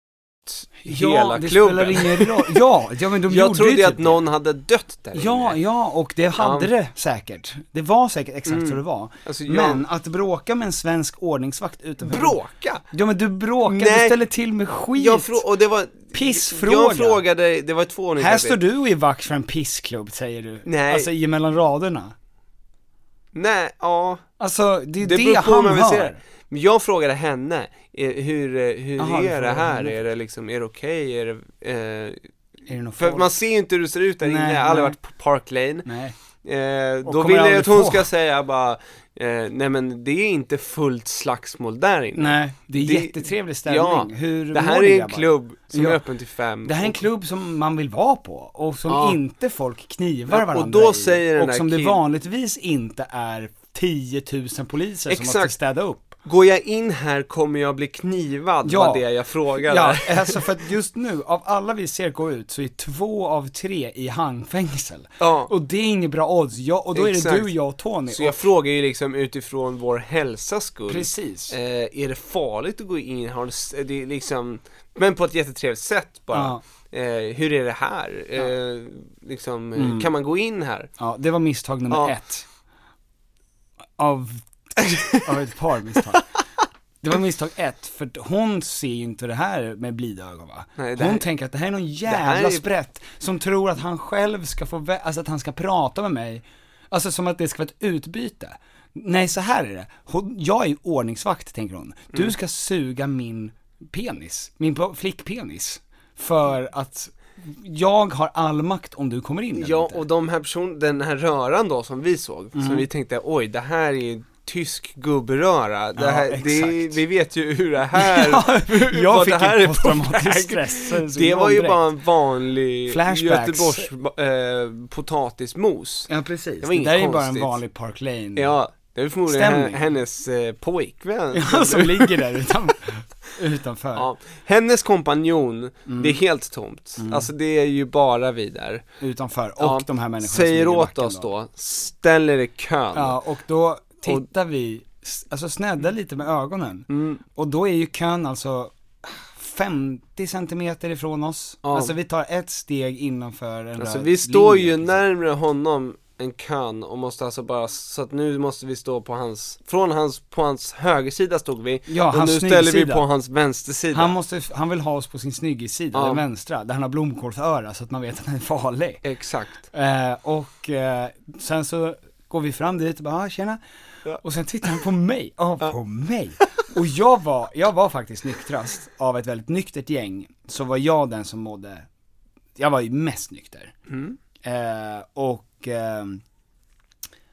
[SPEAKER 1] hela
[SPEAKER 4] det
[SPEAKER 1] klubben.
[SPEAKER 4] spelar ingen roll. Ja, ja men de
[SPEAKER 1] Jag
[SPEAKER 4] gjorde ju
[SPEAKER 1] trodde
[SPEAKER 4] typ
[SPEAKER 1] att någon hade dött där
[SPEAKER 4] Ja,
[SPEAKER 1] inne.
[SPEAKER 4] ja, och det hade
[SPEAKER 1] Ja.
[SPEAKER 4] det säkert. Det var säkert exakt så det var.
[SPEAKER 1] Alltså, jag-
[SPEAKER 4] Men att bråka med en svensk ordningsvakt utanför...
[SPEAKER 1] Bråka!
[SPEAKER 4] Ja men du bråkar, du
[SPEAKER 1] Nej.
[SPEAKER 4] ställer till med skit.
[SPEAKER 1] Jag frå- och det var...
[SPEAKER 4] Pissfråga.
[SPEAKER 1] Jag frågade, det var två ordningsvakter.
[SPEAKER 4] Här står du och är vakt för en pissklubb säger du.
[SPEAKER 1] Nej.
[SPEAKER 4] Alltså i mellan raderna.
[SPEAKER 1] Nej, ja.
[SPEAKER 4] Alltså det är det,
[SPEAKER 1] Det beror på hur
[SPEAKER 4] han
[SPEAKER 1] man vill se det.
[SPEAKER 4] hör.
[SPEAKER 1] Men jag frågade henne, eh, hur, eh, hur
[SPEAKER 4] Jaha, du
[SPEAKER 1] är det
[SPEAKER 4] frågade
[SPEAKER 1] här?
[SPEAKER 4] henne.
[SPEAKER 1] Är det liksom, är det okej? Är det, eh,
[SPEAKER 4] Är det någon
[SPEAKER 1] för
[SPEAKER 4] folk?
[SPEAKER 1] man ser ju inte hur det ser ut där
[SPEAKER 4] Nej,
[SPEAKER 1] inne, jag har aldrig
[SPEAKER 4] nej.
[SPEAKER 1] varit på Park Lane.
[SPEAKER 4] Nej.
[SPEAKER 1] Eh,
[SPEAKER 4] Och
[SPEAKER 1] då
[SPEAKER 4] kommer
[SPEAKER 1] vill jag
[SPEAKER 4] aldrig
[SPEAKER 1] att hon
[SPEAKER 4] få.
[SPEAKER 1] ska säga bara, eh, nej men det är inte fullt slagsmål där inne.
[SPEAKER 4] Nej, det är
[SPEAKER 1] Det-
[SPEAKER 4] jättetrevlig stämning.
[SPEAKER 1] Ja,
[SPEAKER 4] Hur
[SPEAKER 1] det
[SPEAKER 4] mår
[SPEAKER 1] här
[SPEAKER 4] ni,
[SPEAKER 1] är en
[SPEAKER 4] grabbar?
[SPEAKER 1] klubb som
[SPEAKER 4] Ja.
[SPEAKER 1] är öppen till fem.
[SPEAKER 4] Det här är en klubb som man vill vara på och som
[SPEAKER 1] Ja.
[SPEAKER 4] inte folk knivar
[SPEAKER 1] Ja, och
[SPEAKER 4] varandra
[SPEAKER 1] då
[SPEAKER 4] i.
[SPEAKER 1] säger den
[SPEAKER 4] Och
[SPEAKER 1] där
[SPEAKER 4] som det
[SPEAKER 1] kill-
[SPEAKER 4] vanligtvis inte är 10 000 poliser som måste
[SPEAKER 1] Exakt.
[SPEAKER 4] städa upp.
[SPEAKER 1] Går jag in här kommer jag bli knivad, var det jag frågade.
[SPEAKER 2] Ja, alltså för att just nu, av alla vi ser gå ut så är två av tre i hangfängsel.
[SPEAKER 1] Ja.
[SPEAKER 2] Och det är inget bra odds, jag, och då är det
[SPEAKER 1] Exakt.
[SPEAKER 2] du, jag och Tony.
[SPEAKER 1] Så jag
[SPEAKER 2] Och-
[SPEAKER 1] frågar ju liksom utifrån vår hälsas skull.
[SPEAKER 2] Precis.
[SPEAKER 1] Eh, är det farligt att gå in? Har du, s- det är liksom, men på ett jättetrevligt sätt bara. Eh, hur är det här? Eh, liksom, eh,
[SPEAKER 2] Mm.
[SPEAKER 1] kan man gå in här?
[SPEAKER 2] Ja, det var misstag nummer
[SPEAKER 1] Ja.
[SPEAKER 2] ett. Av, av ett par misstag. Det var misstag ett, för att hon ser ju inte det här med blida ögon va?
[SPEAKER 1] Nej, det
[SPEAKER 2] hon
[SPEAKER 1] här-
[SPEAKER 2] tänker att det här är någon
[SPEAKER 1] här
[SPEAKER 2] jävla
[SPEAKER 1] är-
[SPEAKER 2] sprätt som tror att han själv ska få, vä- alltså att han ska prata med mig, alltså som att det ska vara ett utbyte. Nej, så här är det. Hon, jag är ju ordningsvakt, tänker hon.
[SPEAKER 1] Mm.
[SPEAKER 2] Du ska suga min penis, min po- flickpenis, för att jag har all makt om du kommer in eller
[SPEAKER 1] Ja,
[SPEAKER 2] inte. Mm.
[SPEAKER 1] och de här person, den här röran då som vi såg, som vi tänkte oj, det här är ju tysk gubbröra. Det
[SPEAKER 2] Ja,
[SPEAKER 1] här, det,
[SPEAKER 2] exakt.
[SPEAKER 1] vi vet ju hur det här,
[SPEAKER 2] Ja, jag
[SPEAKER 1] vad
[SPEAKER 2] fick
[SPEAKER 1] det här
[SPEAKER 2] ju
[SPEAKER 1] är på
[SPEAKER 2] posttraumatisk
[SPEAKER 1] väg.
[SPEAKER 2] stress, så det
[SPEAKER 1] Det
[SPEAKER 2] var
[SPEAKER 1] var ju
[SPEAKER 2] Alltså, direkt.
[SPEAKER 1] bara en vanlig
[SPEAKER 2] Flashbacks.
[SPEAKER 1] Göteborgs eh, potatismos.
[SPEAKER 2] Ja precis,
[SPEAKER 1] Det
[SPEAKER 2] det,
[SPEAKER 1] var inget
[SPEAKER 2] där är ju bara en
[SPEAKER 1] konstigt.
[SPEAKER 2] vanlig Park Lane
[SPEAKER 1] Ja, det är förmodligen
[SPEAKER 2] Stämning.
[SPEAKER 1] hen- hennes eh, pojkvän.
[SPEAKER 2] Ja, alltså. som ligger där utan, utanför.
[SPEAKER 1] Ja. Hennes kompanjon,
[SPEAKER 2] Mm.
[SPEAKER 1] det är helt tomt. Alltså det är ju bara vi där.
[SPEAKER 2] Utanför, Mm. och
[SPEAKER 1] Ja,
[SPEAKER 2] de här människorna som ligger
[SPEAKER 1] Säger
[SPEAKER 2] i
[SPEAKER 1] åt
[SPEAKER 2] backen
[SPEAKER 1] oss då, ställ er i kön.
[SPEAKER 2] Ja, och då tittar vi, s- alltså
[SPEAKER 1] Mm.
[SPEAKER 2] snedda lite med ögonen. Och då är ju kön alltså 50 centimeter ifrån oss.
[SPEAKER 1] Ja.
[SPEAKER 2] Alltså vi tar ett steg innanför en
[SPEAKER 1] Alltså
[SPEAKER 2] röd
[SPEAKER 1] vi står
[SPEAKER 2] linje,
[SPEAKER 1] ju
[SPEAKER 2] liksom.
[SPEAKER 1] närmre honom än kön och måste alltså bara, så att nu måste vi stå på hans, från hans, på hans högersida stod vi
[SPEAKER 2] Ja,
[SPEAKER 1] och
[SPEAKER 2] hans
[SPEAKER 1] nu ställer vi
[SPEAKER 2] snygsida.
[SPEAKER 1] på hans vänstersida.
[SPEAKER 2] Han måste, f- han vill ha oss på sin snyggisida,
[SPEAKER 1] Ja.
[SPEAKER 2] den vänstra, där han har blomkålsöra så att man vet att han är farlig.
[SPEAKER 1] Exakt.
[SPEAKER 2] Eh, och eh, sen så går vi fram dit och bara, ah, tjena. Och sen tittar han på mig, ja på mig. Och jag var, jag var faktiskt nyktrast av ett väldigt nyktert gäng, så var jag den som mådde, jag var ju mest nykter.
[SPEAKER 1] Mm.
[SPEAKER 2] Eh, och ehm,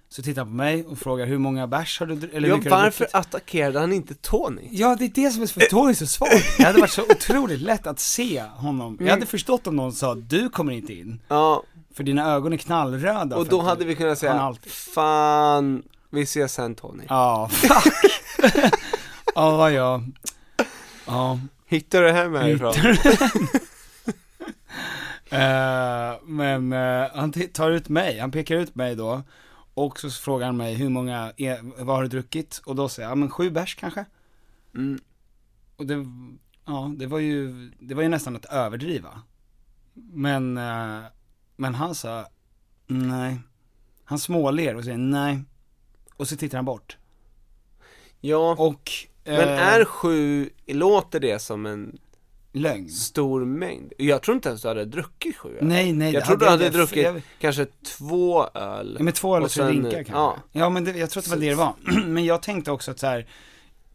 [SPEAKER 2] så tittar han på mig och frågar hur många bärs har du dr- eller hur
[SPEAKER 1] Ja,
[SPEAKER 2] mycket har du
[SPEAKER 1] varför Eh.
[SPEAKER 2] druckit?"
[SPEAKER 1] attackerade han inte Tony?
[SPEAKER 2] Ja, det är det som är så för Tony är så svag. Det hade varit så otroligt lätt att se honom. Jag
[SPEAKER 1] Mm.
[SPEAKER 2] hade förstått om någon sa du kommer inte in,
[SPEAKER 1] Ja,
[SPEAKER 2] för dina ögon är knallröda.
[SPEAKER 1] och
[SPEAKER 2] för
[SPEAKER 1] då
[SPEAKER 2] att
[SPEAKER 1] hade
[SPEAKER 2] du-
[SPEAKER 1] vi kunnat
[SPEAKER 2] han har
[SPEAKER 1] säga,
[SPEAKER 2] alltid-
[SPEAKER 1] fan, vi ses sen Tony.
[SPEAKER 2] Ja, fuck. ja, ja. Ja,
[SPEAKER 1] Hittar du hem härifrån?
[SPEAKER 2] eh, men eh, han t- tar ut mig, han pekar ut mig då. Och så frågar han mig hur många, är, vad har du druckit? Och då säger jag, ja men sju bärs kanske?
[SPEAKER 1] Mm.
[SPEAKER 2] Och det, ja det var ju, det var ju nästan att överdriva. Men, eh, men han sa, nej. Han småler och säger nej. Och så tittar han bort.
[SPEAKER 1] Ja,
[SPEAKER 2] Och, eh,
[SPEAKER 1] men är sju, låter det som en
[SPEAKER 2] lögn.
[SPEAKER 1] stor mängd? Jag tror inte ens du hade druckit sju öl.
[SPEAKER 2] Nej, nej.
[SPEAKER 1] Jag
[SPEAKER 2] det-
[SPEAKER 1] tror du
[SPEAKER 2] det-
[SPEAKER 1] hade
[SPEAKER 2] det-
[SPEAKER 1] druckit
[SPEAKER 2] jag-
[SPEAKER 1] kanske två öl.
[SPEAKER 2] Ja, med två eller
[SPEAKER 1] och
[SPEAKER 2] tre
[SPEAKER 1] sen-
[SPEAKER 2] drinkar kanske.
[SPEAKER 1] Ja,
[SPEAKER 2] Ja, men det, jag tror att det var det det var. men jag tänkte också att så här,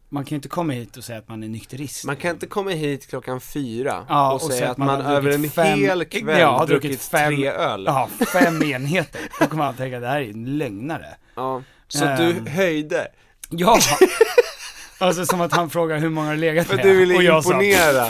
[SPEAKER 2] man kan ju inte komma hit och säga att man är nykterist.
[SPEAKER 1] Man kan inte komma hit klockan fyra
[SPEAKER 2] Ja,
[SPEAKER 1] och, säga
[SPEAKER 2] så
[SPEAKER 1] att man,
[SPEAKER 2] har
[SPEAKER 1] över en
[SPEAKER 2] druckit fem-
[SPEAKER 1] hel kväll
[SPEAKER 2] Ja, har
[SPEAKER 1] druckit, tre öl. Ja.
[SPEAKER 2] Ja, fem enheter. Då kommer man tänka, det här är en lögnare.
[SPEAKER 1] Så att
[SPEAKER 2] Ehm.
[SPEAKER 1] du höjde,
[SPEAKER 2] Ja! Alltså som att han frågar hur många har legat
[SPEAKER 1] för
[SPEAKER 2] med.
[SPEAKER 1] att du ville
[SPEAKER 2] och jag sa,
[SPEAKER 1] imponera.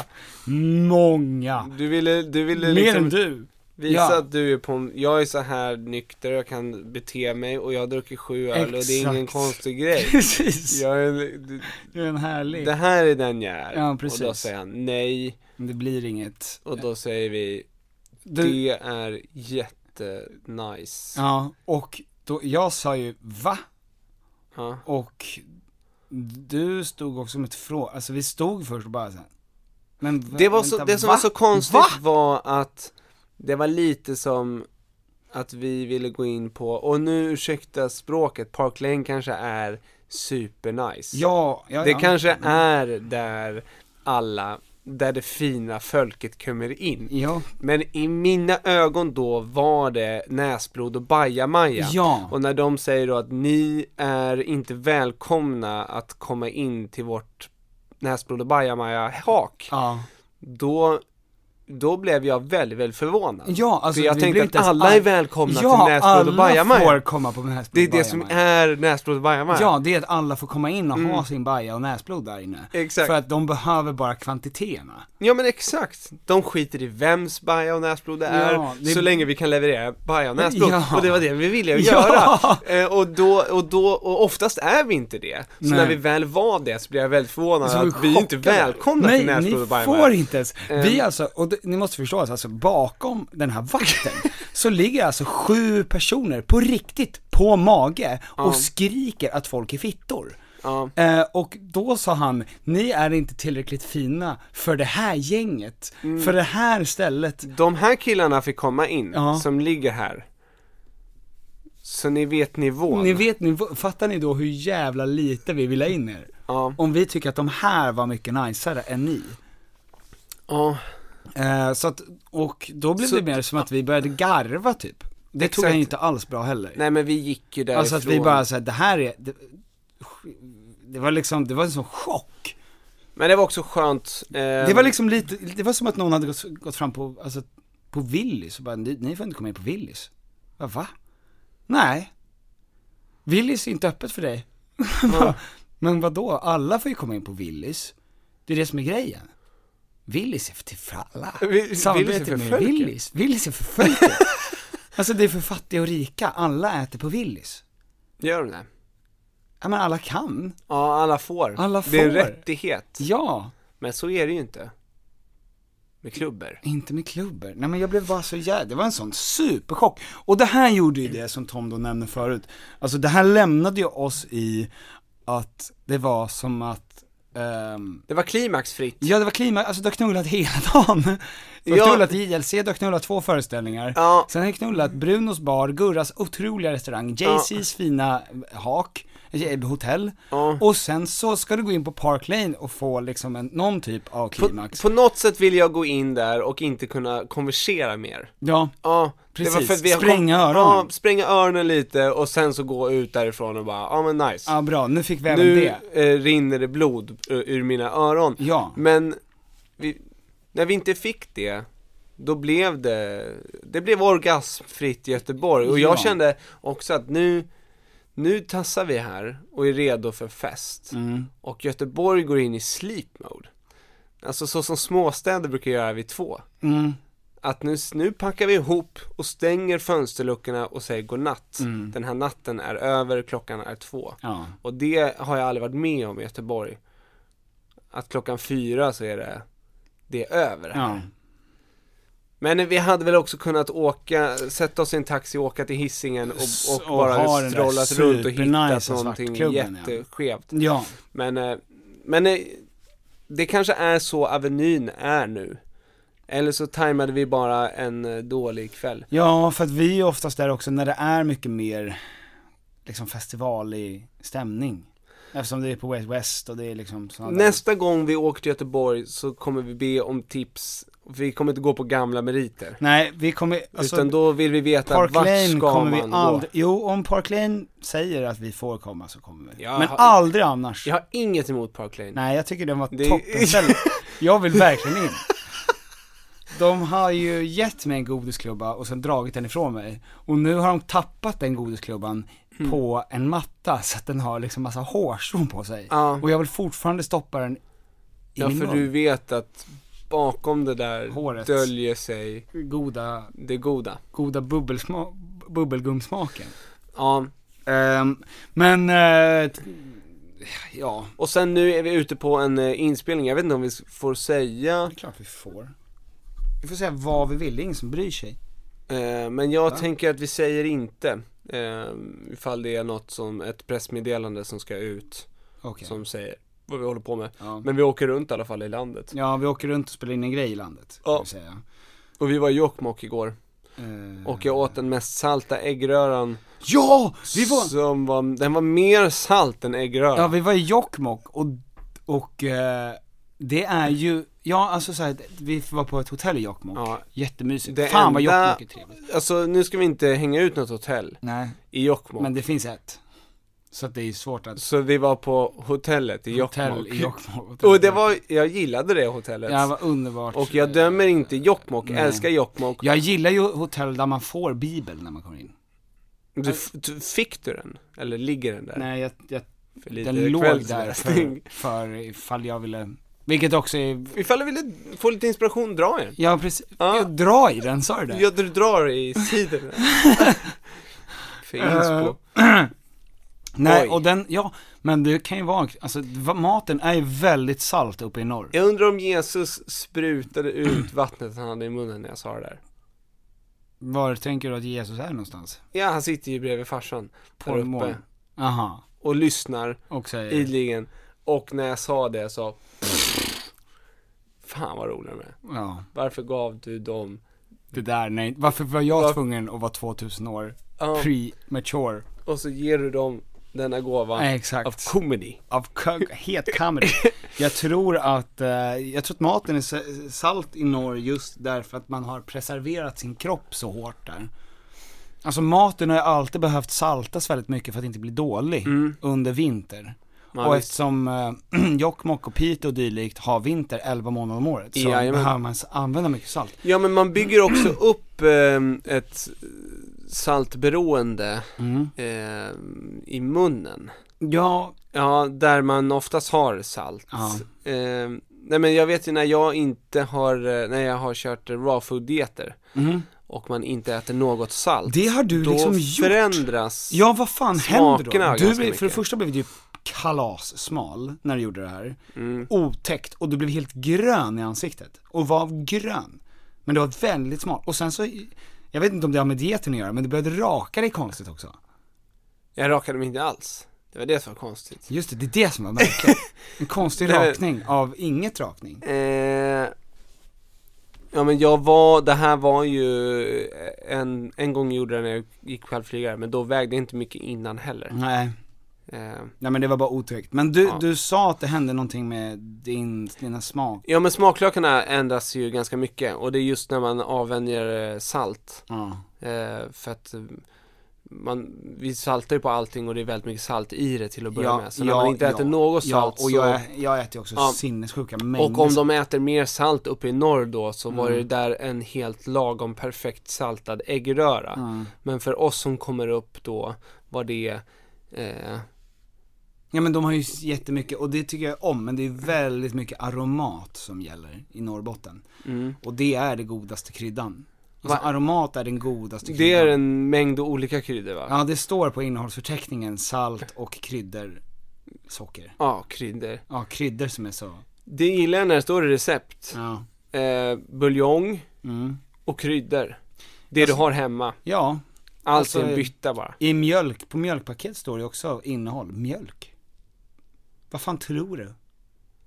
[SPEAKER 2] många.
[SPEAKER 1] Du ville, du ville
[SPEAKER 2] Mer
[SPEAKER 1] liksom
[SPEAKER 2] än du.
[SPEAKER 1] visa
[SPEAKER 2] Ja.
[SPEAKER 1] att du är på, en- jag är så här nykter, jag kan bete mig och jag har druckit sju öl och det är ingen
[SPEAKER 2] Exakt.
[SPEAKER 1] konstig grej.
[SPEAKER 2] Precis.
[SPEAKER 1] Jag är, du-
[SPEAKER 2] Du är en härlig.
[SPEAKER 1] det här är den jag är.
[SPEAKER 2] Ja,
[SPEAKER 1] Och då
[SPEAKER 2] precis.
[SPEAKER 1] säger han nej,
[SPEAKER 2] Men Det blir inget.
[SPEAKER 1] och då säger vi,
[SPEAKER 2] Du,
[SPEAKER 1] det är jättenice.
[SPEAKER 2] Ja, och då, jag sa ju va?
[SPEAKER 1] Ja.
[SPEAKER 2] Och du stod också med ett fråga, alltså vi stod först och bara så här, men va-
[SPEAKER 1] Det, var
[SPEAKER 2] vänta,
[SPEAKER 1] så, det som
[SPEAKER 2] va?
[SPEAKER 1] var så konstigt
[SPEAKER 2] Va?
[SPEAKER 1] var att det var lite som att vi ville gå in på, och nu ursäkta språket, Park Lane kanske är supernice.
[SPEAKER 2] Ja, ja,
[SPEAKER 1] det
[SPEAKER 2] ja.
[SPEAKER 1] kanske är där alla, där det fina folket kommer in.
[SPEAKER 2] Ja,
[SPEAKER 1] Men i mina ögon då var det näsblod och bajamaja.
[SPEAKER 2] Ja.
[SPEAKER 1] Och när de säger då att ni är inte välkomna att komma in till vårt näsblod och bajamaja-hak
[SPEAKER 2] ja,
[SPEAKER 1] då då blev jag väldigt, väldigt förvånad.
[SPEAKER 2] Ja, alltså
[SPEAKER 1] För jag
[SPEAKER 2] vi
[SPEAKER 1] tänkte
[SPEAKER 2] blev
[SPEAKER 1] att
[SPEAKER 2] inte ens
[SPEAKER 1] alla
[SPEAKER 2] all-
[SPEAKER 1] är välkomna
[SPEAKER 2] ja,
[SPEAKER 1] till Näsbrod och
[SPEAKER 2] alla får
[SPEAKER 1] Bajamaja.
[SPEAKER 2] komma på Näsbrod
[SPEAKER 1] Det är
[SPEAKER 2] och
[SPEAKER 1] det som
[SPEAKER 2] Bajamaja.
[SPEAKER 1] är Näsbrod och Bajamaja.
[SPEAKER 2] Ja, det är att alla får komma in och ha
[SPEAKER 1] Mm.
[SPEAKER 2] sin baja och näsblod där inne.
[SPEAKER 1] Exakt.
[SPEAKER 2] För att de behöver bara kvantiteterna.
[SPEAKER 1] Ja men exakt, de skiter i vems baja och näsblod det är,
[SPEAKER 2] Ja, det-
[SPEAKER 1] så länge vi kan leverera baja och näsblod.
[SPEAKER 2] Ja.
[SPEAKER 1] Och det var det vi ville
[SPEAKER 2] Ja.
[SPEAKER 1] göra. Eh, och, då, och då, och oftast är vi inte det. Så
[SPEAKER 2] Nej.
[SPEAKER 1] när vi väl var det så blev jag väldigt förvånad
[SPEAKER 2] Så
[SPEAKER 1] att vi är inte
[SPEAKER 2] chockade.
[SPEAKER 1] välkomna
[SPEAKER 2] Nej,
[SPEAKER 1] till näsblod och
[SPEAKER 2] ni får
[SPEAKER 1] baja.
[SPEAKER 2] inte ens.
[SPEAKER 1] Ehm.
[SPEAKER 2] Vi alltså, och det, ni måste förstå oss, alltså bakom den här vakten så ligger alltså sju personer på riktigt på mage och
[SPEAKER 1] Ja.
[SPEAKER 2] skriker att folk är fittor.
[SPEAKER 1] Ja.
[SPEAKER 2] Eh, och då sa han, ni är inte tillräckligt fina för det här gänget,
[SPEAKER 1] Mm.
[SPEAKER 2] för det här stället.
[SPEAKER 1] De här killarna fick komma in,
[SPEAKER 2] Ja.
[SPEAKER 1] som ligger här. Så ni vet nivån.
[SPEAKER 2] Ni vet, ni, fattar ni då hur jävla lite vi vill ha in er?
[SPEAKER 1] Ja.
[SPEAKER 2] Om vi tycker att de här var mycket najsare än ni.
[SPEAKER 1] ja.
[SPEAKER 2] Eh, så att, och då blev
[SPEAKER 1] Så-
[SPEAKER 2] det mer som att vi började garva typ. Det tog
[SPEAKER 1] Exakt.
[SPEAKER 2] han ju inte alls bra heller.
[SPEAKER 1] Nej men vi gick ju därifrån.
[SPEAKER 2] alltså att vi bara såhär, det här är, det, det var liksom, det var en sån chock.
[SPEAKER 1] Men det var också skönt. Eh,
[SPEAKER 2] Det var liksom lite, det var som att någon hade gått, gått fram på, alltså, på Willys och bara, ni, ni får inte komma in på Willys. Bara, va? Nej. Willys är inte öppet för dig. Bara, Men vad då? alla får ju komma in på Willys. Det är det som är grejen. Willys är till för alla.
[SPEAKER 1] Vi- Willys är
[SPEAKER 2] Samarbete
[SPEAKER 1] för
[SPEAKER 2] med
[SPEAKER 1] folket.
[SPEAKER 2] Willys. Willys är för folket. alltså det är för fattiga och rika, alla äter på Willys.
[SPEAKER 1] Gör de det?
[SPEAKER 2] Ja men alla kan.
[SPEAKER 1] Ja, alla får.
[SPEAKER 2] Alla
[SPEAKER 1] Det är en
[SPEAKER 2] får.
[SPEAKER 1] rättighet.
[SPEAKER 2] Ja.
[SPEAKER 1] Men så är det ju inte. Med klubber.
[SPEAKER 2] Inte med klubbor. Nej men jag blev bara så jävla, det var en sån superchock. Och det här gjorde ju det som Tom då nämnde förut. Alltså det här lämnade ju oss i att det var som att, ehm,
[SPEAKER 1] Det var klimaxfritt.
[SPEAKER 2] ja det var klimax, alltså du har knullat hela dagen. Du har
[SPEAKER 1] Ja.
[SPEAKER 2] knullat JLC, du har knullat två föreställningar.
[SPEAKER 1] Ja.
[SPEAKER 2] Sen har du knullat Brunos bar, Gurras otroliga restaurang, JC's fina hak, eh, hotell.
[SPEAKER 1] Ja.
[SPEAKER 2] Och sen så ska du gå in på Park Lane och få liksom en, någon typ av
[SPEAKER 1] På,
[SPEAKER 2] klimax.
[SPEAKER 1] på något sätt vill jag gå in där och inte kunna konversera mer.
[SPEAKER 2] Ja.
[SPEAKER 1] Ja,
[SPEAKER 2] Precis.
[SPEAKER 1] det var för att vi har kom-
[SPEAKER 2] Spränga öronen.
[SPEAKER 1] Ja, spränga öronen lite och sen så gå ut därifrån och bara, ja men nice.
[SPEAKER 2] Ja bra, nu fick vi även
[SPEAKER 1] nu
[SPEAKER 2] det.
[SPEAKER 1] eh, rinner det blod eh, ur mina öron.
[SPEAKER 2] Ja.
[SPEAKER 1] Men vi, när vi inte fick det, då blev det, det blev orgasmfritt i Göteborg. Och
[SPEAKER 2] Ja.
[SPEAKER 1] jag kände också att nu, nu tassar vi här och är redo för fest.
[SPEAKER 2] Mm.
[SPEAKER 1] Och Göteborg går in i sleep mode. Alltså så som småstäder brukar göra vid två.
[SPEAKER 2] Mm.
[SPEAKER 1] Att nu, nu packar vi ihop och stänger fönsterluckorna och säger godnatt. Den här natten är över, klockan är två.
[SPEAKER 2] Mm. Ja.
[SPEAKER 1] Och det har jag aldrig varit med om i Göteborg. Att klockan fyra så är det, det är över.
[SPEAKER 2] Ja.
[SPEAKER 1] Men vi hade väl också kunnat åka, sätta oss i en taxi, åka till Hisingen och, och,
[SPEAKER 2] Och ha den
[SPEAKER 1] bara
[SPEAKER 2] där
[SPEAKER 1] strollat runt och
[SPEAKER 2] supernice
[SPEAKER 1] hittat någonting
[SPEAKER 2] svartklubben, ja.
[SPEAKER 1] jätteskevt.
[SPEAKER 2] Ja.
[SPEAKER 1] Men, eh, men eh, det kanske är så Avenyn är nu. Eller så tajmade vi bara en eh, dålig kväll.
[SPEAKER 2] ja, för att vi är oftast där också när det är mycket mer liksom festivalig stämning. Eftersom det är på West West och det är liksom sådana där-
[SPEAKER 1] Nästa gång vi åker till Göteborg så kommer vi be om tips. Vi kommer inte gå på gamla meriter.
[SPEAKER 2] Nej, vi kommer, alltså
[SPEAKER 1] Utan då vill vi veta
[SPEAKER 2] Park
[SPEAKER 1] vart
[SPEAKER 2] Lane
[SPEAKER 1] ska
[SPEAKER 2] kommer vi
[SPEAKER 1] man
[SPEAKER 2] aldrig,
[SPEAKER 1] gå?
[SPEAKER 2] jo om Park Lane säger att vi får komma så kommer vi.
[SPEAKER 1] Jag
[SPEAKER 2] Men
[SPEAKER 1] har-
[SPEAKER 2] aldrig annars.
[SPEAKER 1] Jag har inget emot Park Lane.
[SPEAKER 2] Nej, jag tycker den var
[SPEAKER 1] Det-
[SPEAKER 2] toppenställe. Jag vill verkligen in. De har ju gett mig en godisklubba och sen dragit den ifrån mig. Och nu har de tappat den godisklubban
[SPEAKER 1] Mm.
[SPEAKER 2] på en matta så att den har liksom massa hårstrån på sig.
[SPEAKER 1] Ja.
[SPEAKER 2] Och jag vill fortfarande stoppa den i
[SPEAKER 1] ja,
[SPEAKER 2] min
[SPEAKER 1] för
[SPEAKER 2] mun.
[SPEAKER 1] du vet att bakom det där
[SPEAKER 2] Håret.
[SPEAKER 1] döljer sig
[SPEAKER 2] Goda,
[SPEAKER 1] det goda.
[SPEAKER 2] goda bubbelsma- bubbelgumsmaken.
[SPEAKER 1] Ja,
[SPEAKER 2] Ehm, men, eh, t- ja.
[SPEAKER 1] och sen nu är vi ute på en eh, inspelning. Jag vet inte om vi s- får säga,
[SPEAKER 2] Det är klart vi får. Vi får säga vad vi vill, det är ingen som bryr sig.
[SPEAKER 1] eh, men jag
[SPEAKER 2] Va?
[SPEAKER 1] tänker att vi säger inte. Eh, ifall det är något som, ett pressmeddelande som ska ut,
[SPEAKER 2] Okej.
[SPEAKER 1] som säger vad vi håller på med.
[SPEAKER 2] Ja.
[SPEAKER 1] Men vi åker runt i alla fall i landet.
[SPEAKER 2] Ja, vi åker runt och spelar in en grej i landet, kan
[SPEAKER 1] Ja.
[SPEAKER 2] vi säga.
[SPEAKER 1] Och vi var i Jokkmokk igår.
[SPEAKER 2] Eh,
[SPEAKER 1] Och jag åt den mest salta äggröran
[SPEAKER 2] Ja! Vi var,
[SPEAKER 1] Som var, den var mer salt än äggröra.
[SPEAKER 2] ja, vi var i Jokkmokk och, och eh, det är ju, ja alltså så här, vi var på ett hotell i Jokkmokk,
[SPEAKER 1] Ja.
[SPEAKER 2] jättemysigt.
[SPEAKER 1] Det
[SPEAKER 2] Fan vad
[SPEAKER 1] enda-
[SPEAKER 2] Jokkmokk är trevligt.
[SPEAKER 1] Alltså nu ska vi inte hänga ut något hotell
[SPEAKER 2] Nej,
[SPEAKER 1] i Jokkmokk.
[SPEAKER 2] men det finns ett. Så att det är svårt att...
[SPEAKER 1] Så vi var på hotellet i Jokkmokk.
[SPEAKER 2] Hotell i Jokkmokk.
[SPEAKER 1] Och det var, jag gillade det hotellet.
[SPEAKER 2] Ja, vad underbart.
[SPEAKER 1] Och jag dömer inte Jokkmokk,
[SPEAKER 2] Nej.
[SPEAKER 1] älskar Jokkmokk.
[SPEAKER 2] Jag gillar ju hotell där man får bibeln när man kommer in.
[SPEAKER 1] Du, f- du, fick du den? Eller ligger den där?
[SPEAKER 2] Nej, jag, jag,
[SPEAKER 1] För lite
[SPEAKER 2] den låg där
[SPEAKER 1] kvällsläsning.
[SPEAKER 2] för, för ifall jag ville, vilket också är,
[SPEAKER 1] Ifall du ville få lite inspiration, dra i den.
[SPEAKER 2] ja precis,
[SPEAKER 1] Ja.
[SPEAKER 2] jag drar i den, sa du det?
[SPEAKER 1] Ja, du drar i sidorna. för
[SPEAKER 2] Eh.
[SPEAKER 1] inspo.
[SPEAKER 2] Nej,
[SPEAKER 1] Oj.
[SPEAKER 2] och den, ja, men det kan ju vara, alltså va- maten är ju väldigt salt uppe i norr.
[SPEAKER 1] Jag undrar om Jesus sprutade ut vattnet han hade i munnen när jag sa det där.
[SPEAKER 2] Var tänker du att Jesus är någonstans?
[SPEAKER 1] Ja, han sitter ju bredvid farsan.
[SPEAKER 2] På
[SPEAKER 1] där
[SPEAKER 2] en Eh. morgon.
[SPEAKER 1] uppe.
[SPEAKER 2] Aha,
[SPEAKER 1] Och lyssnar.
[SPEAKER 2] och säger,
[SPEAKER 1] idligen. Och när jag sa det så... Fan vad rolig de är.
[SPEAKER 2] ja,
[SPEAKER 1] Varför gav du dem...
[SPEAKER 2] det där, nej, varför var jag
[SPEAKER 1] Var-
[SPEAKER 2] tvungen att vara 2000 år?
[SPEAKER 1] Ja,
[SPEAKER 2] Pre-mature.
[SPEAKER 1] och så ger du dem denna gåva
[SPEAKER 2] Ja, exakt.
[SPEAKER 1] av comedy.
[SPEAKER 2] av kö- het comedy. Jag tror att, eh, jag tror att maten är sa- salt i norr just därför att man har preserverat sin kropp så hårt där. Alltså maten har ju alltid behövt saltas väldigt mycket för att inte bli dålig under vinter.
[SPEAKER 1] Mm. Ja,
[SPEAKER 2] och
[SPEAKER 1] visst.
[SPEAKER 2] eftersom eh, Jokkmokk och Piteå och dylikt har vinter 11 månader om året så
[SPEAKER 1] Jajamän.
[SPEAKER 2] behöver man s- använda mycket salt.
[SPEAKER 1] Ja men man bygger också upp ehm, ett saltberoende
[SPEAKER 2] Mm.
[SPEAKER 1] ehm, i munnen.
[SPEAKER 2] Ja,
[SPEAKER 1] Ja, där man oftast har salt.
[SPEAKER 2] Ja.
[SPEAKER 1] Ehm, nej men jag vet ju när jag inte har, eh, när jag har kört eh, raw food dieter och man inte äter något salt.
[SPEAKER 2] Mm. det har du
[SPEAKER 1] då
[SPEAKER 2] liksom gjort.
[SPEAKER 1] förändras
[SPEAKER 2] Ja, vad fan händer
[SPEAKER 1] smakerna
[SPEAKER 2] då? Du
[SPEAKER 1] ganska
[SPEAKER 2] blev, för det
[SPEAKER 1] mycket.
[SPEAKER 2] första blev du ju kalassmal när du gjorde det här.
[SPEAKER 1] Mm.
[SPEAKER 2] Otäckt, och du blev helt grön i ansiktet. Och var grön. Men du var väldigt smal. Och sen så, jag vet inte om det har med dieten att göra, men du började raka dig konstigt också.
[SPEAKER 1] Jag rakade mig inte alls. Det var det som var konstigt.
[SPEAKER 2] Just det, det är det som var märkligt. En konstig
[SPEAKER 1] Nej, men-
[SPEAKER 2] rakning av inget rakning.
[SPEAKER 1] Eh, ja men jag var, det här var ju eh, en, en gång gjorde jag när jag gick självflygare men då vägde jag inte mycket innan heller.
[SPEAKER 2] Nej,
[SPEAKER 1] Eh,
[SPEAKER 2] nej men det var bara otäckt. Men du,
[SPEAKER 1] Ja.
[SPEAKER 2] du sa att det hände någonting med din, dina smak.
[SPEAKER 1] ja men smaklökarna ändras ju ganska mycket och det är just när man avvänjer eh, salt.
[SPEAKER 2] Ja.
[SPEAKER 1] Eh, för att eh, man, vi saltar ju på allting och det är väldigt mycket salt i det till att börja med. Så när man inte äter något salt
[SPEAKER 2] ja, och
[SPEAKER 1] så
[SPEAKER 2] jag, jag äter ju också
[SPEAKER 1] Ja.
[SPEAKER 2] sinnessjuka mängder
[SPEAKER 1] Och om de äter mer salt uppe i norr då så var
[SPEAKER 2] Mm.
[SPEAKER 1] det där en helt lagom perfekt saltad äggröra. Men för oss som kommer upp då var det eh,
[SPEAKER 2] Ja men de har ju jättemycket, och det tycker jag om, men det är väldigt mycket aromat som gäller i Norrbotten. Och det är det godaste kryddan. Alltså
[SPEAKER 1] Mm. Va-
[SPEAKER 2] aromat är den godaste kryddan.
[SPEAKER 1] Det är en mängd olika kryddor va? Ja,
[SPEAKER 2] Ja det står på innehållsförteckningen salt och kryddor, socker.
[SPEAKER 1] kryddor.
[SPEAKER 2] Ja kryddor som är så,
[SPEAKER 1] Det gillar jag när det står i recept.
[SPEAKER 2] ja.
[SPEAKER 1] Eh, buljong
[SPEAKER 2] Mm.
[SPEAKER 1] och kryddor. Det du har hemma.
[SPEAKER 2] Ja,
[SPEAKER 1] Allt
[SPEAKER 2] alltså-
[SPEAKER 1] i en bytta bara.
[SPEAKER 2] i mjölk, på mjölkpaket står det också innehåll, mjölk. Vad fan tror du?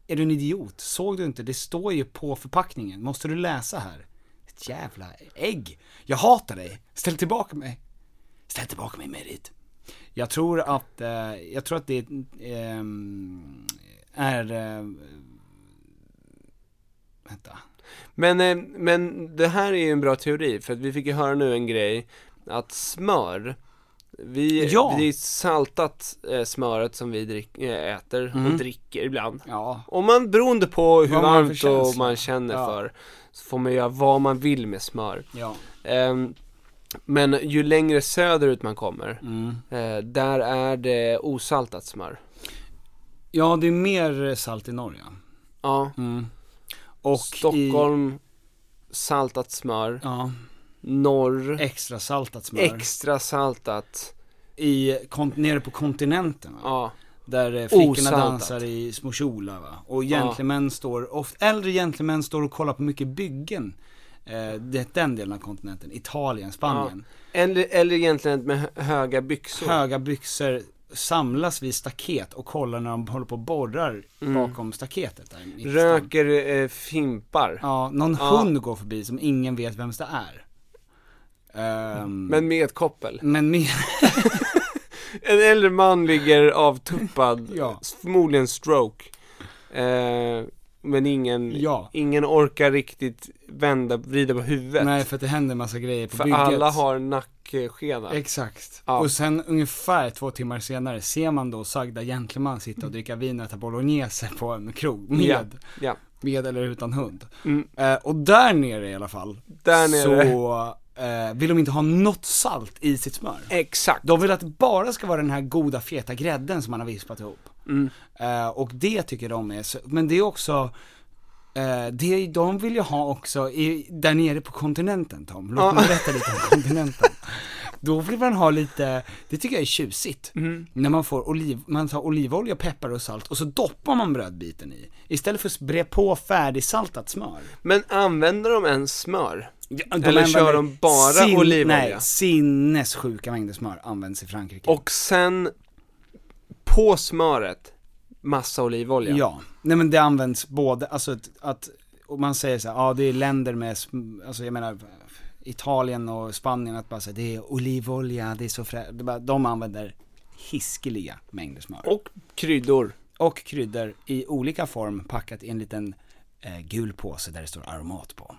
[SPEAKER 2] Är du en idiot? Såg du inte? Det står ju på förpackningen, måste du läsa här? Ett jävla ägg! Jag hatar dig! Ställ tillbaka mig! Ställ tillbaka mig Merit! Jag tror att, eh, jag tror att det ehm, är, eh, vänta.
[SPEAKER 1] Men, eh, men det här är ju en bra teori, för att vi fick ju höra nu en grej att smör, vi,
[SPEAKER 2] Ja.
[SPEAKER 1] det är saltat eh, smöret som vi drick, eh, äter och dricker ibland.
[SPEAKER 2] Ja,
[SPEAKER 1] Om man beroende på
[SPEAKER 2] Vad
[SPEAKER 1] hur
[SPEAKER 2] Mm. man har
[SPEAKER 1] varmt
[SPEAKER 2] för
[SPEAKER 1] och
[SPEAKER 2] känsla.
[SPEAKER 1] man känner
[SPEAKER 2] Ja.
[SPEAKER 1] för, så får man göra vad man vill med smör.
[SPEAKER 2] ja.
[SPEAKER 1] Ehm, men ju längre söderut man kommer,
[SPEAKER 2] Mm.
[SPEAKER 1] eh, där är det osaltat smör.
[SPEAKER 2] Ja, det är mer salt i Norge.
[SPEAKER 1] Ja,
[SPEAKER 2] Och
[SPEAKER 1] Mm. Stockholm, saltat smör,
[SPEAKER 2] I, ja,
[SPEAKER 1] norr,
[SPEAKER 2] extra saltat smör.
[SPEAKER 1] extra saltat.
[SPEAKER 2] i, kon, nere på kontinenten va?
[SPEAKER 1] Ja.
[SPEAKER 2] Där eh, flickorna
[SPEAKER 1] Osaltat.
[SPEAKER 2] dansar i små kjolar va? Och gentlemän står, oft, äldre gentlemän står och kollar på mycket byggen eh, Det är den delen av kontinenten, Italien, Spanien
[SPEAKER 1] Eller, eller egentligen med hö- höga byxor.
[SPEAKER 2] Höga byxor samlas vid staket och kollar när de håller på och borrar bakom staketet där mitt i stan.
[SPEAKER 1] Mm. Röker eh, fimpar.
[SPEAKER 2] Ja, någon
[SPEAKER 1] Ja.
[SPEAKER 2] hund går förbi som ingen vet vems det är Ehm,
[SPEAKER 1] Men med ett koppel.
[SPEAKER 2] men min,
[SPEAKER 1] En äldre man ligger avtuppad,
[SPEAKER 2] Ja.
[SPEAKER 1] förmodligen stroke. Eh, men ingen,
[SPEAKER 2] Ja.
[SPEAKER 1] ingen orkar riktigt vända, vrida på huvudet.
[SPEAKER 2] Nej, för att det händer en massa grejer på
[SPEAKER 1] för
[SPEAKER 2] bygget.
[SPEAKER 1] alla har nackskena.
[SPEAKER 2] Exakt.
[SPEAKER 1] Ja.
[SPEAKER 2] Och sen ungefär två timmar senare ser man då sagda gentleman sitta och dricka vin och äta bolognese på en krog med,
[SPEAKER 1] Mm. Ja, ja.
[SPEAKER 2] med eller utan hund.
[SPEAKER 1] Mm.
[SPEAKER 2] Eh, och där nere i alla fall,
[SPEAKER 1] Där nere.
[SPEAKER 2] så eh, vill de inte ha något salt i sitt smör.
[SPEAKER 1] Exakt.
[SPEAKER 2] De vill att det bara ska vara den här goda feta grädden som man har vispat ihop.
[SPEAKER 1] Mm.
[SPEAKER 2] Eh, och det tycker de är, så, men det är också eh, det, de vill ju ha också, i, där nere på kontinenten Tom, låt mig berätta lite om kontinenten. Då vill man ha lite, det tycker jag är tjusigt,
[SPEAKER 1] Mm.
[SPEAKER 2] när man får oliv, man tar olivolja, peppar och salt och så doppar man brödbiten i. Istället för att bre på färdigsaltat smör.
[SPEAKER 1] Men använder de ens smör?
[SPEAKER 2] De
[SPEAKER 1] Eller kör de bara olivolja?
[SPEAKER 2] Nej, sinnessjuka mängder smör används i Frankrike.
[SPEAKER 1] Och sen på smöret, massa olivolja.
[SPEAKER 2] Ja, nej men det används både, alltså att, att och man säger så här, ja det är länder med, sm- alltså jag menar Italien och Spanien att bara säga det är olivolja, det är så frä, det är bara, de använder hiskeliga mängder smör. Och,
[SPEAKER 1] Och kryddor.
[SPEAKER 2] kryddor i olika form packat i en liten eh, gul påse där det står aromat på.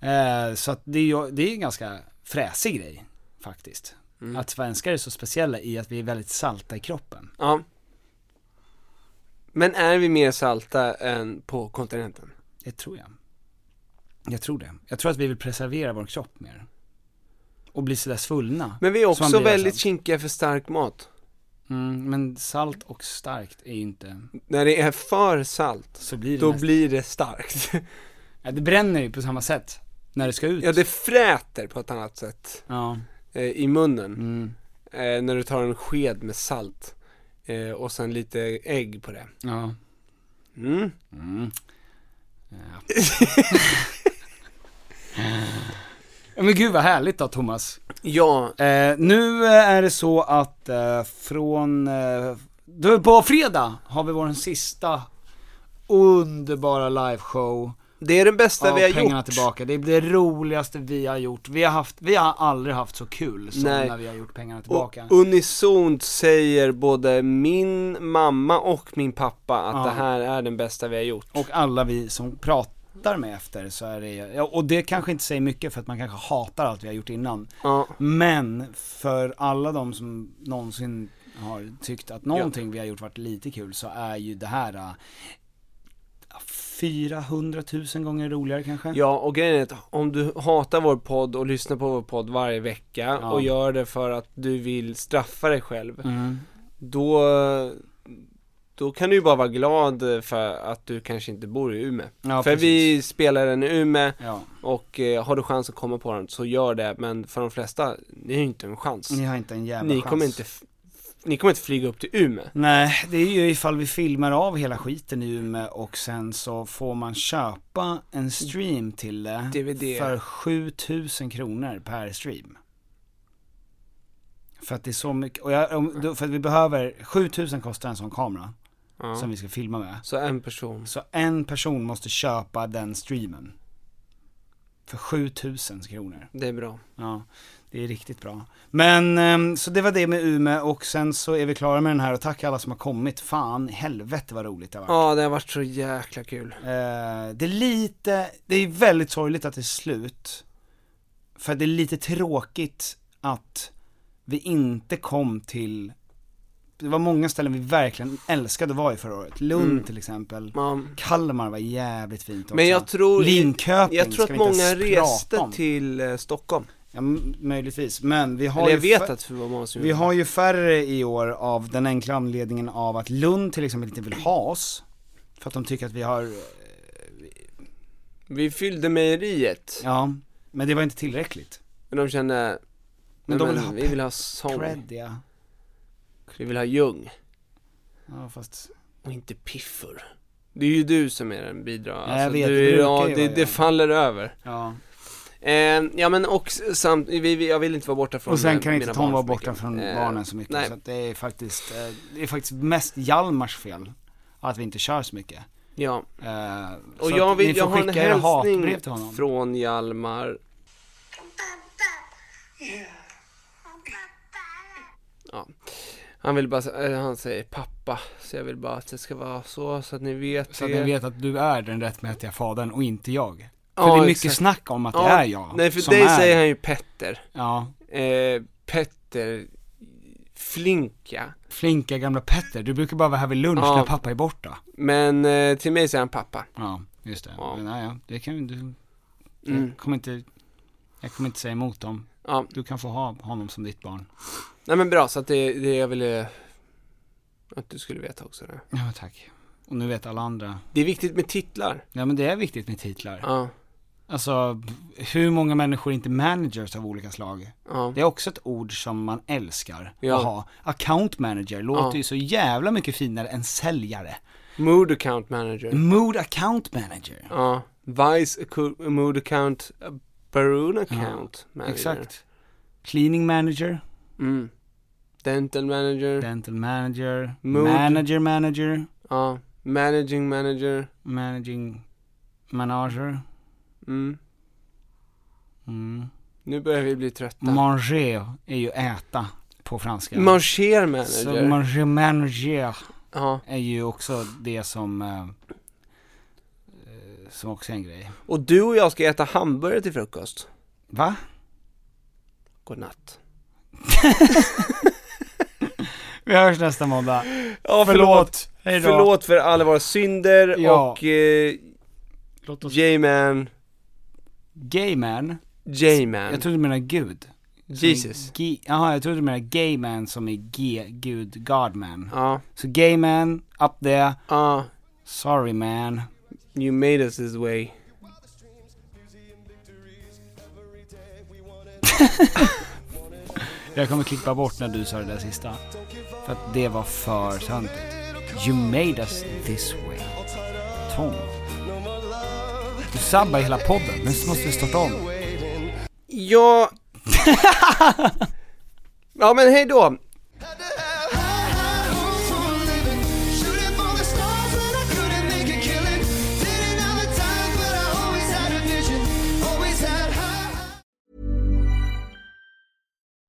[SPEAKER 2] Eh, så att det är ju, det är en ganska fräsig grej faktiskt. Att svenskar är så speciella i att vi är väldigt salta i kroppen.
[SPEAKER 1] Ja. Men är vi mer salta än på kontinenten?
[SPEAKER 2] Det tror jag. Jag tror det. Jag tror att vi vill preservera vår kropp mer. Och bli sådär svullna.
[SPEAKER 1] Men vi är
[SPEAKER 2] som man
[SPEAKER 1] också
[SPEAKER 2] blir av
[SPEAKER 1] väldigt
[SPEAKER 2] salt.
[SPEAKER 1] kinkiga för stark mat.
[SPEAKER 2] Mm, men salt och starkt är ju inte...
[SPEAKER 1] När det är för salt,
[SPEAKER 2] Så blir det
[SPEAKER 1] då
[SPEAKER 2] nästan-
[SPEAKER 1] blir det starkt.
[SPEAKER 2] Ja, det bränner ju på samma sätt. När det ska ut.
[SPEAKER 1] Ja, det fräter på ett annat sätt
[SPEAKER 2] Ja.
[SPEAKER 1] eh, i munnen.
[SPEAKER 2] Mm.
[SPEAKER 1] Eh, när du tar en sked med salt eh, och sen lite ägg på det.
[SPEAKER 2] Ja.
[SPEAKER 1] Mm.
[SPEAKER 2] Ja, Men gud vad härligt då Thomas.
[SPEAKER 1] Ja,
[SPEAKER 2] Eh, nu eh, är det så att eh, från, eh, då på fredag har vi vår sista underbara liveshow.
[SPEAKER 1] det är den bästa
[SPEAKER 2] Ja,
[SPEAKER 1] vi har
[SPEAKER 2] pengarna
[SPEAKER 1] gjort.
[SPEAKER 2] tillbaka. Det blir det roligaste vi har gjort. Vi har, haft, vi har aldrig haft så kul som
[SPEAKER 1] Nej.
[SPEAKER 2] när vi har gjort pengarna
[SPEAKER 1] Och
[SPEAKER 2] tillbaka.
[SPEAKER 1] unisont säger både min mamma och min pappa att
[SPEAKER 2] Ja.
[SPEAKER 1] det här är den bästa vi har gjort.
[SPEAKER 2] Och alla vi som pratar med efter så är det, ja, och det kanske inte säger mycket för att man kanske hatar allt vi har gjort innan.
[SPEAKER 1] Ja.
[SPEAKER 2] Men för alla de som någonsin har tyckt att någonting vi har gjort varit lite kul så är ju det här äh, 400 000 gånger roligare kanske.
[SPEAKER 1] Ja, och grejen är att om du hatar vår podd och lyssnar på vår podd varje vecka
[SPEAKER 2] Ja.
[SPEAKER 1] och gör det för att du vill straffa dig själv,
[SPEAKER 2] Mm.
[SPEAKER 1] då, då kan du ju bara vara glad för att du kanske inte bor i Umeå.
[SPEAKER 2] Ja,
[SPEAKER 1] för
[SPEAKER 2] precis.
[SPEAKER 1] vi spelar den i Umeå
[SPEAKER 2] ja.
[SPEAKER 1] och eh, har du chans att komma på den så gör det, men för de flesta, ni har ju inte en chans.
[SPEAKER 2] Ni har inte en jävla
[SPEAKER 1] Ni
[SPEAKER 2] chans.
[SPEAKER 1] kommer inte, f- f- ni kommer inte flyga upp till Umeå.
[SPEAKER 2] Nej, det är ju ifall vi filmar av hela skiten i Umeå och sen så får man köpa en stream till det
[SPEAKER 1] DVD.
[SPEAKER 2] för 7000 kronor per stream. För att det är så mycket, och jag, om, då- för att vi behöver, 7000 kostar en sån kamera
[SPEAKER 1] Ja.
[SPEAKER 2] som vi ska filma med.
[SPEAKER 1] Så en person.
[SPEAKER 2] Så en person måste köpa den streamen. För 7000 kronor.
[SPEAKER 1] Det är bra.
[SPEAKER 2] Ja, det är riktigt bra. Men, ehm, så det var det med Umeå och sen så är vi klara med den här och tack alla som har kommit. Fan, helvete vad roligt det var.
[SPEAKER 1] Ja, det har varit så jäkla kul.
[SPEAKER 2] Eh, det är lite, det är väldigt sorgligt att det är slut. För det är lite tråkigt att vi inte kom till, det var många ställen vi verkligen älskade att vara i förra året. Lund till exempel.
[SPEAKER 1] Man,
[SPEAKER 2] Kalmar var jävligt fint också.
[SPEAKER 1] Mm. Men jag tror,
[SPEAKER 2] Linköping
[SPEAKER 1] jag tror
[SPEAKER 2] ska
[SPEAKER 1] att
[SPEAKER 2] vi inte
[SPEAKER 1] många
[SPEAKER 2] ens prata
[SPEAKER 1] reste
[SPEAKER 2] om.
[SPEAKER 1] till eh, Stockholm.
[SPEAKER 2] Ja, m- möjligtvis. Men vi har
[SPEAKER 1] Eller jag
[SPEAKER 2] ju
[SPEAKER 1] vet
[SPEAKER 2] för-
[SPEAKER 1] att det var många som
[SPEAKER 2] Vi
[SPEAKER 1] gjorde
[SPEAKER 2] har ju färre i år av den enkla anledningen av att Lund till exempel inte vill ha oss. För att de tycker att vi har,
[SPEAKER 1] det. Vi fyllde mejeriet,
[SPEAKER 2] ja, men det var inte tillräckligt.
[SPEAKER 1] men de kände, men
[SPEAKER 2] de
[SPEAKER 1] men,
[SPEAKER 2] vill ha
[SPEAKER 1] vi vill ha sång,
[SPEAKER 2] Cred ja.
[SPEAKER 1] vi vill ha Ljung
[SPEAKER 2] ja fast,
[SPEAKER 1] och inte Piffur. Det är ju du som är den bidrag,
[SPEAKER 2] Ja, jag vet, det
[SPEAKER 1] du,
[SPEAKER 2] brukar
[SPEAKER 1] ja,
[SPEAKER 2] ju
[SPEAKER 1] det,
[SPEAKER 2] vara
[SPEAKER 1] det
[SPEAKER 2] jag.
[SPEAKER 1] faller över.
[SPEAKER 2] ja.
[SPEAKER 1] Eh, ja men och s- samt, vi, vi, jag vill inte vara borta från
[SPEAKER 2] Och sen
[SPEAKER 1] eh,
[SPEAKER 2] kan inte
[SPEAKER 1] mina
[SPEAKER 2] Tom
[SPEAKER 1] barn
[SPEAKER 2] vara
[SPEAKER 1] för
[SPEAKER 2] borta
[SPEAKER 1] mycket.
[SPEAKER 2] från
[SPEAKER 1] Eh,
[SPEAKER 2] barnen så mycket.
[SPEAKER 1] Nej,
[SPEAKER 2] Så att det är faktiskt, eh, det är faktiskt mest Hjalmars fel. Att vi inte kör så mycket.
[SPEAKER 1] ja.
[SPEAKER 2] Eh,
[SPEAKER 1] Och
[SPEAKER 2] så
[SPEAKER 1] jag,
[SPEAKER 2] att ni
[SPEAKER 1] vill,
[SPEAKER 2] får
[SPEAKER 1] jag har en
[SPEAKER 2] skicka era hatbrev till
[SPEAKER 1] hälsning
[SPEAKER 2] honom.
[SPEAKER 1] från Hjalmar. Ja. Han vill bara, eller han säger pappa, så jag vill bara att det ska vara så, så att ni vet
[SPEAKER 2] Så att
[SPEAKER 1] det.
[SPEAKER 2] ni vet att du är den rättmätiga fadern och inte jag. För
[SPEAKER 1] Ja,
[SPEAKER 2] det är mycket
[SPEAKER 1] exakt.
[SPEAKER 2] snack om att det
[SPEAKER 1] Ja,
[SPEAKER 2] är jag
[SPEAKER 1] Nej, för
[SPEAKER 2] som
[SPEAKER 1] dig
[SPEAKER 2] är-
[SPEAKER 1] säger han ju Petter.
[SPEAKER 2] Ja,
[SPEAKER 1] Eh, Petter Flinka.
[SPEAKER 2] flinka gamla Petter, du brukar bara vara här vid lunch
[SPEAKER 1] Ja.
[SPEAKER 2] när pappa är borta.
[SPEAKER 1] Men eh, till mig säger han pappa.
[SPEAKER 2] Ja, just det.
[SPEAKER 1] Ja.
[SPEAKER 2] Men nej, ja, det kan ju du, jag
[SPEAKER 1] Mm.
[SPEAKER 2] kommer inte, jag kommer inte säga emot dem.
[SPEAKER 1] Ja.
[SPEAKER 2] Du kan få ha honom som ditt barn.
[SPEAKER 1] Nej men bra, så att det, det jag ville att du skulle veta också. Det.
[SPEAKER 2] Ja, tack. Och nu vet alla andra.
[SPEAKER 1] det är viktigt med titlar.
[SPEAKER 2] Ja men det är viktigt med titlar.
[SPEAKER 1] Ja,
[SPEAKER 2] Alltså, hur många människor är inte managers av olika slag?
[SPEAKER 1] ja.
[SPEAKER 2] Det är också ett ord som man älskar
[SPEAKER 1] Ja.
[SPEAKER 2] att ha. Account manager låter
[SPEAKER 1] Ja.
[SPEAKER 2] ju så jävla mycket finare än säljare.
[SPEAKER 1] Mood account manager.
[SPEAKER 2] Mood account manager.
[SPEAKER 1] Ja. Vice accu- mood account, eh, Baroon account manager.
[SPEAKER 2] Exakt. Cleaning manager,
[SPEAKER 1] Mm. Dental manager.
[SPEAKER 2] dental manager,
[SPEAKER 1] Mood.
[SPEAKER 2] manager manager,
[SPEAKER 1] ja. Managing manager.
[SPEAKER 2] managing manager,
[SPEAKER 1] Mm.
[SPEAKER 2] mm.
[SPEAKER 1] Nu börjar vi bli trötta.
[SPEAKER 2] manger är ju äta på franska.
[SPEAKER 1] Manger
[SPEAKER 2] Så
[SPEAKER 1] manager.
[SPEAKER 2] manger manager
[SPEAKER 1] ja.
[SPEAKER 2] är ju också det som, eh, eh, som också är en grej.
[SPEAKER 1] Och du och jag ska äta hamburgare till frukost.
[SPEAKER 2] Va?
[SPEAKER 1] Godnatt.
[SPEAKER 2] Vi hörs nästa måndag.
[SPEAKER 1] Ja,
[SPEAKER 2] Förlåt. Hej då.
[SPEAKER 1] Förlåt för alla våra synder
[SPEAKER 2] Ja.
[SPEAKER 1] och eh,
[SPEAKER 2] Låt oss...
[SPEAKER 1] J-man,
[SPEAKER 2] Gay man.
[SPEAKER 1] J-man,
[SPEAKER 2] Jag trodde du menade gud. Som i
[SPEAKER 1] Jesus.
[SPEAKER 2] G- Jaha, jag trodde du menade gay man som i G, gud, god man.
[SPEAKER 1] Ja,
[SPEAKER 2] Så gay man, up there,
[SPEAKER 1] ja,
[SPEAKER 2] sorry man.
[SPEAKER 1] you made us this way.
[SPEAKER 2] Jag kommer klippa bort när du sa det där sista. För att det var för töntigt. You made us this way. Tom. Du sabbar hela podden, nu måste vi starta om.
[SPEAKER 1] Ja. ja men hej då.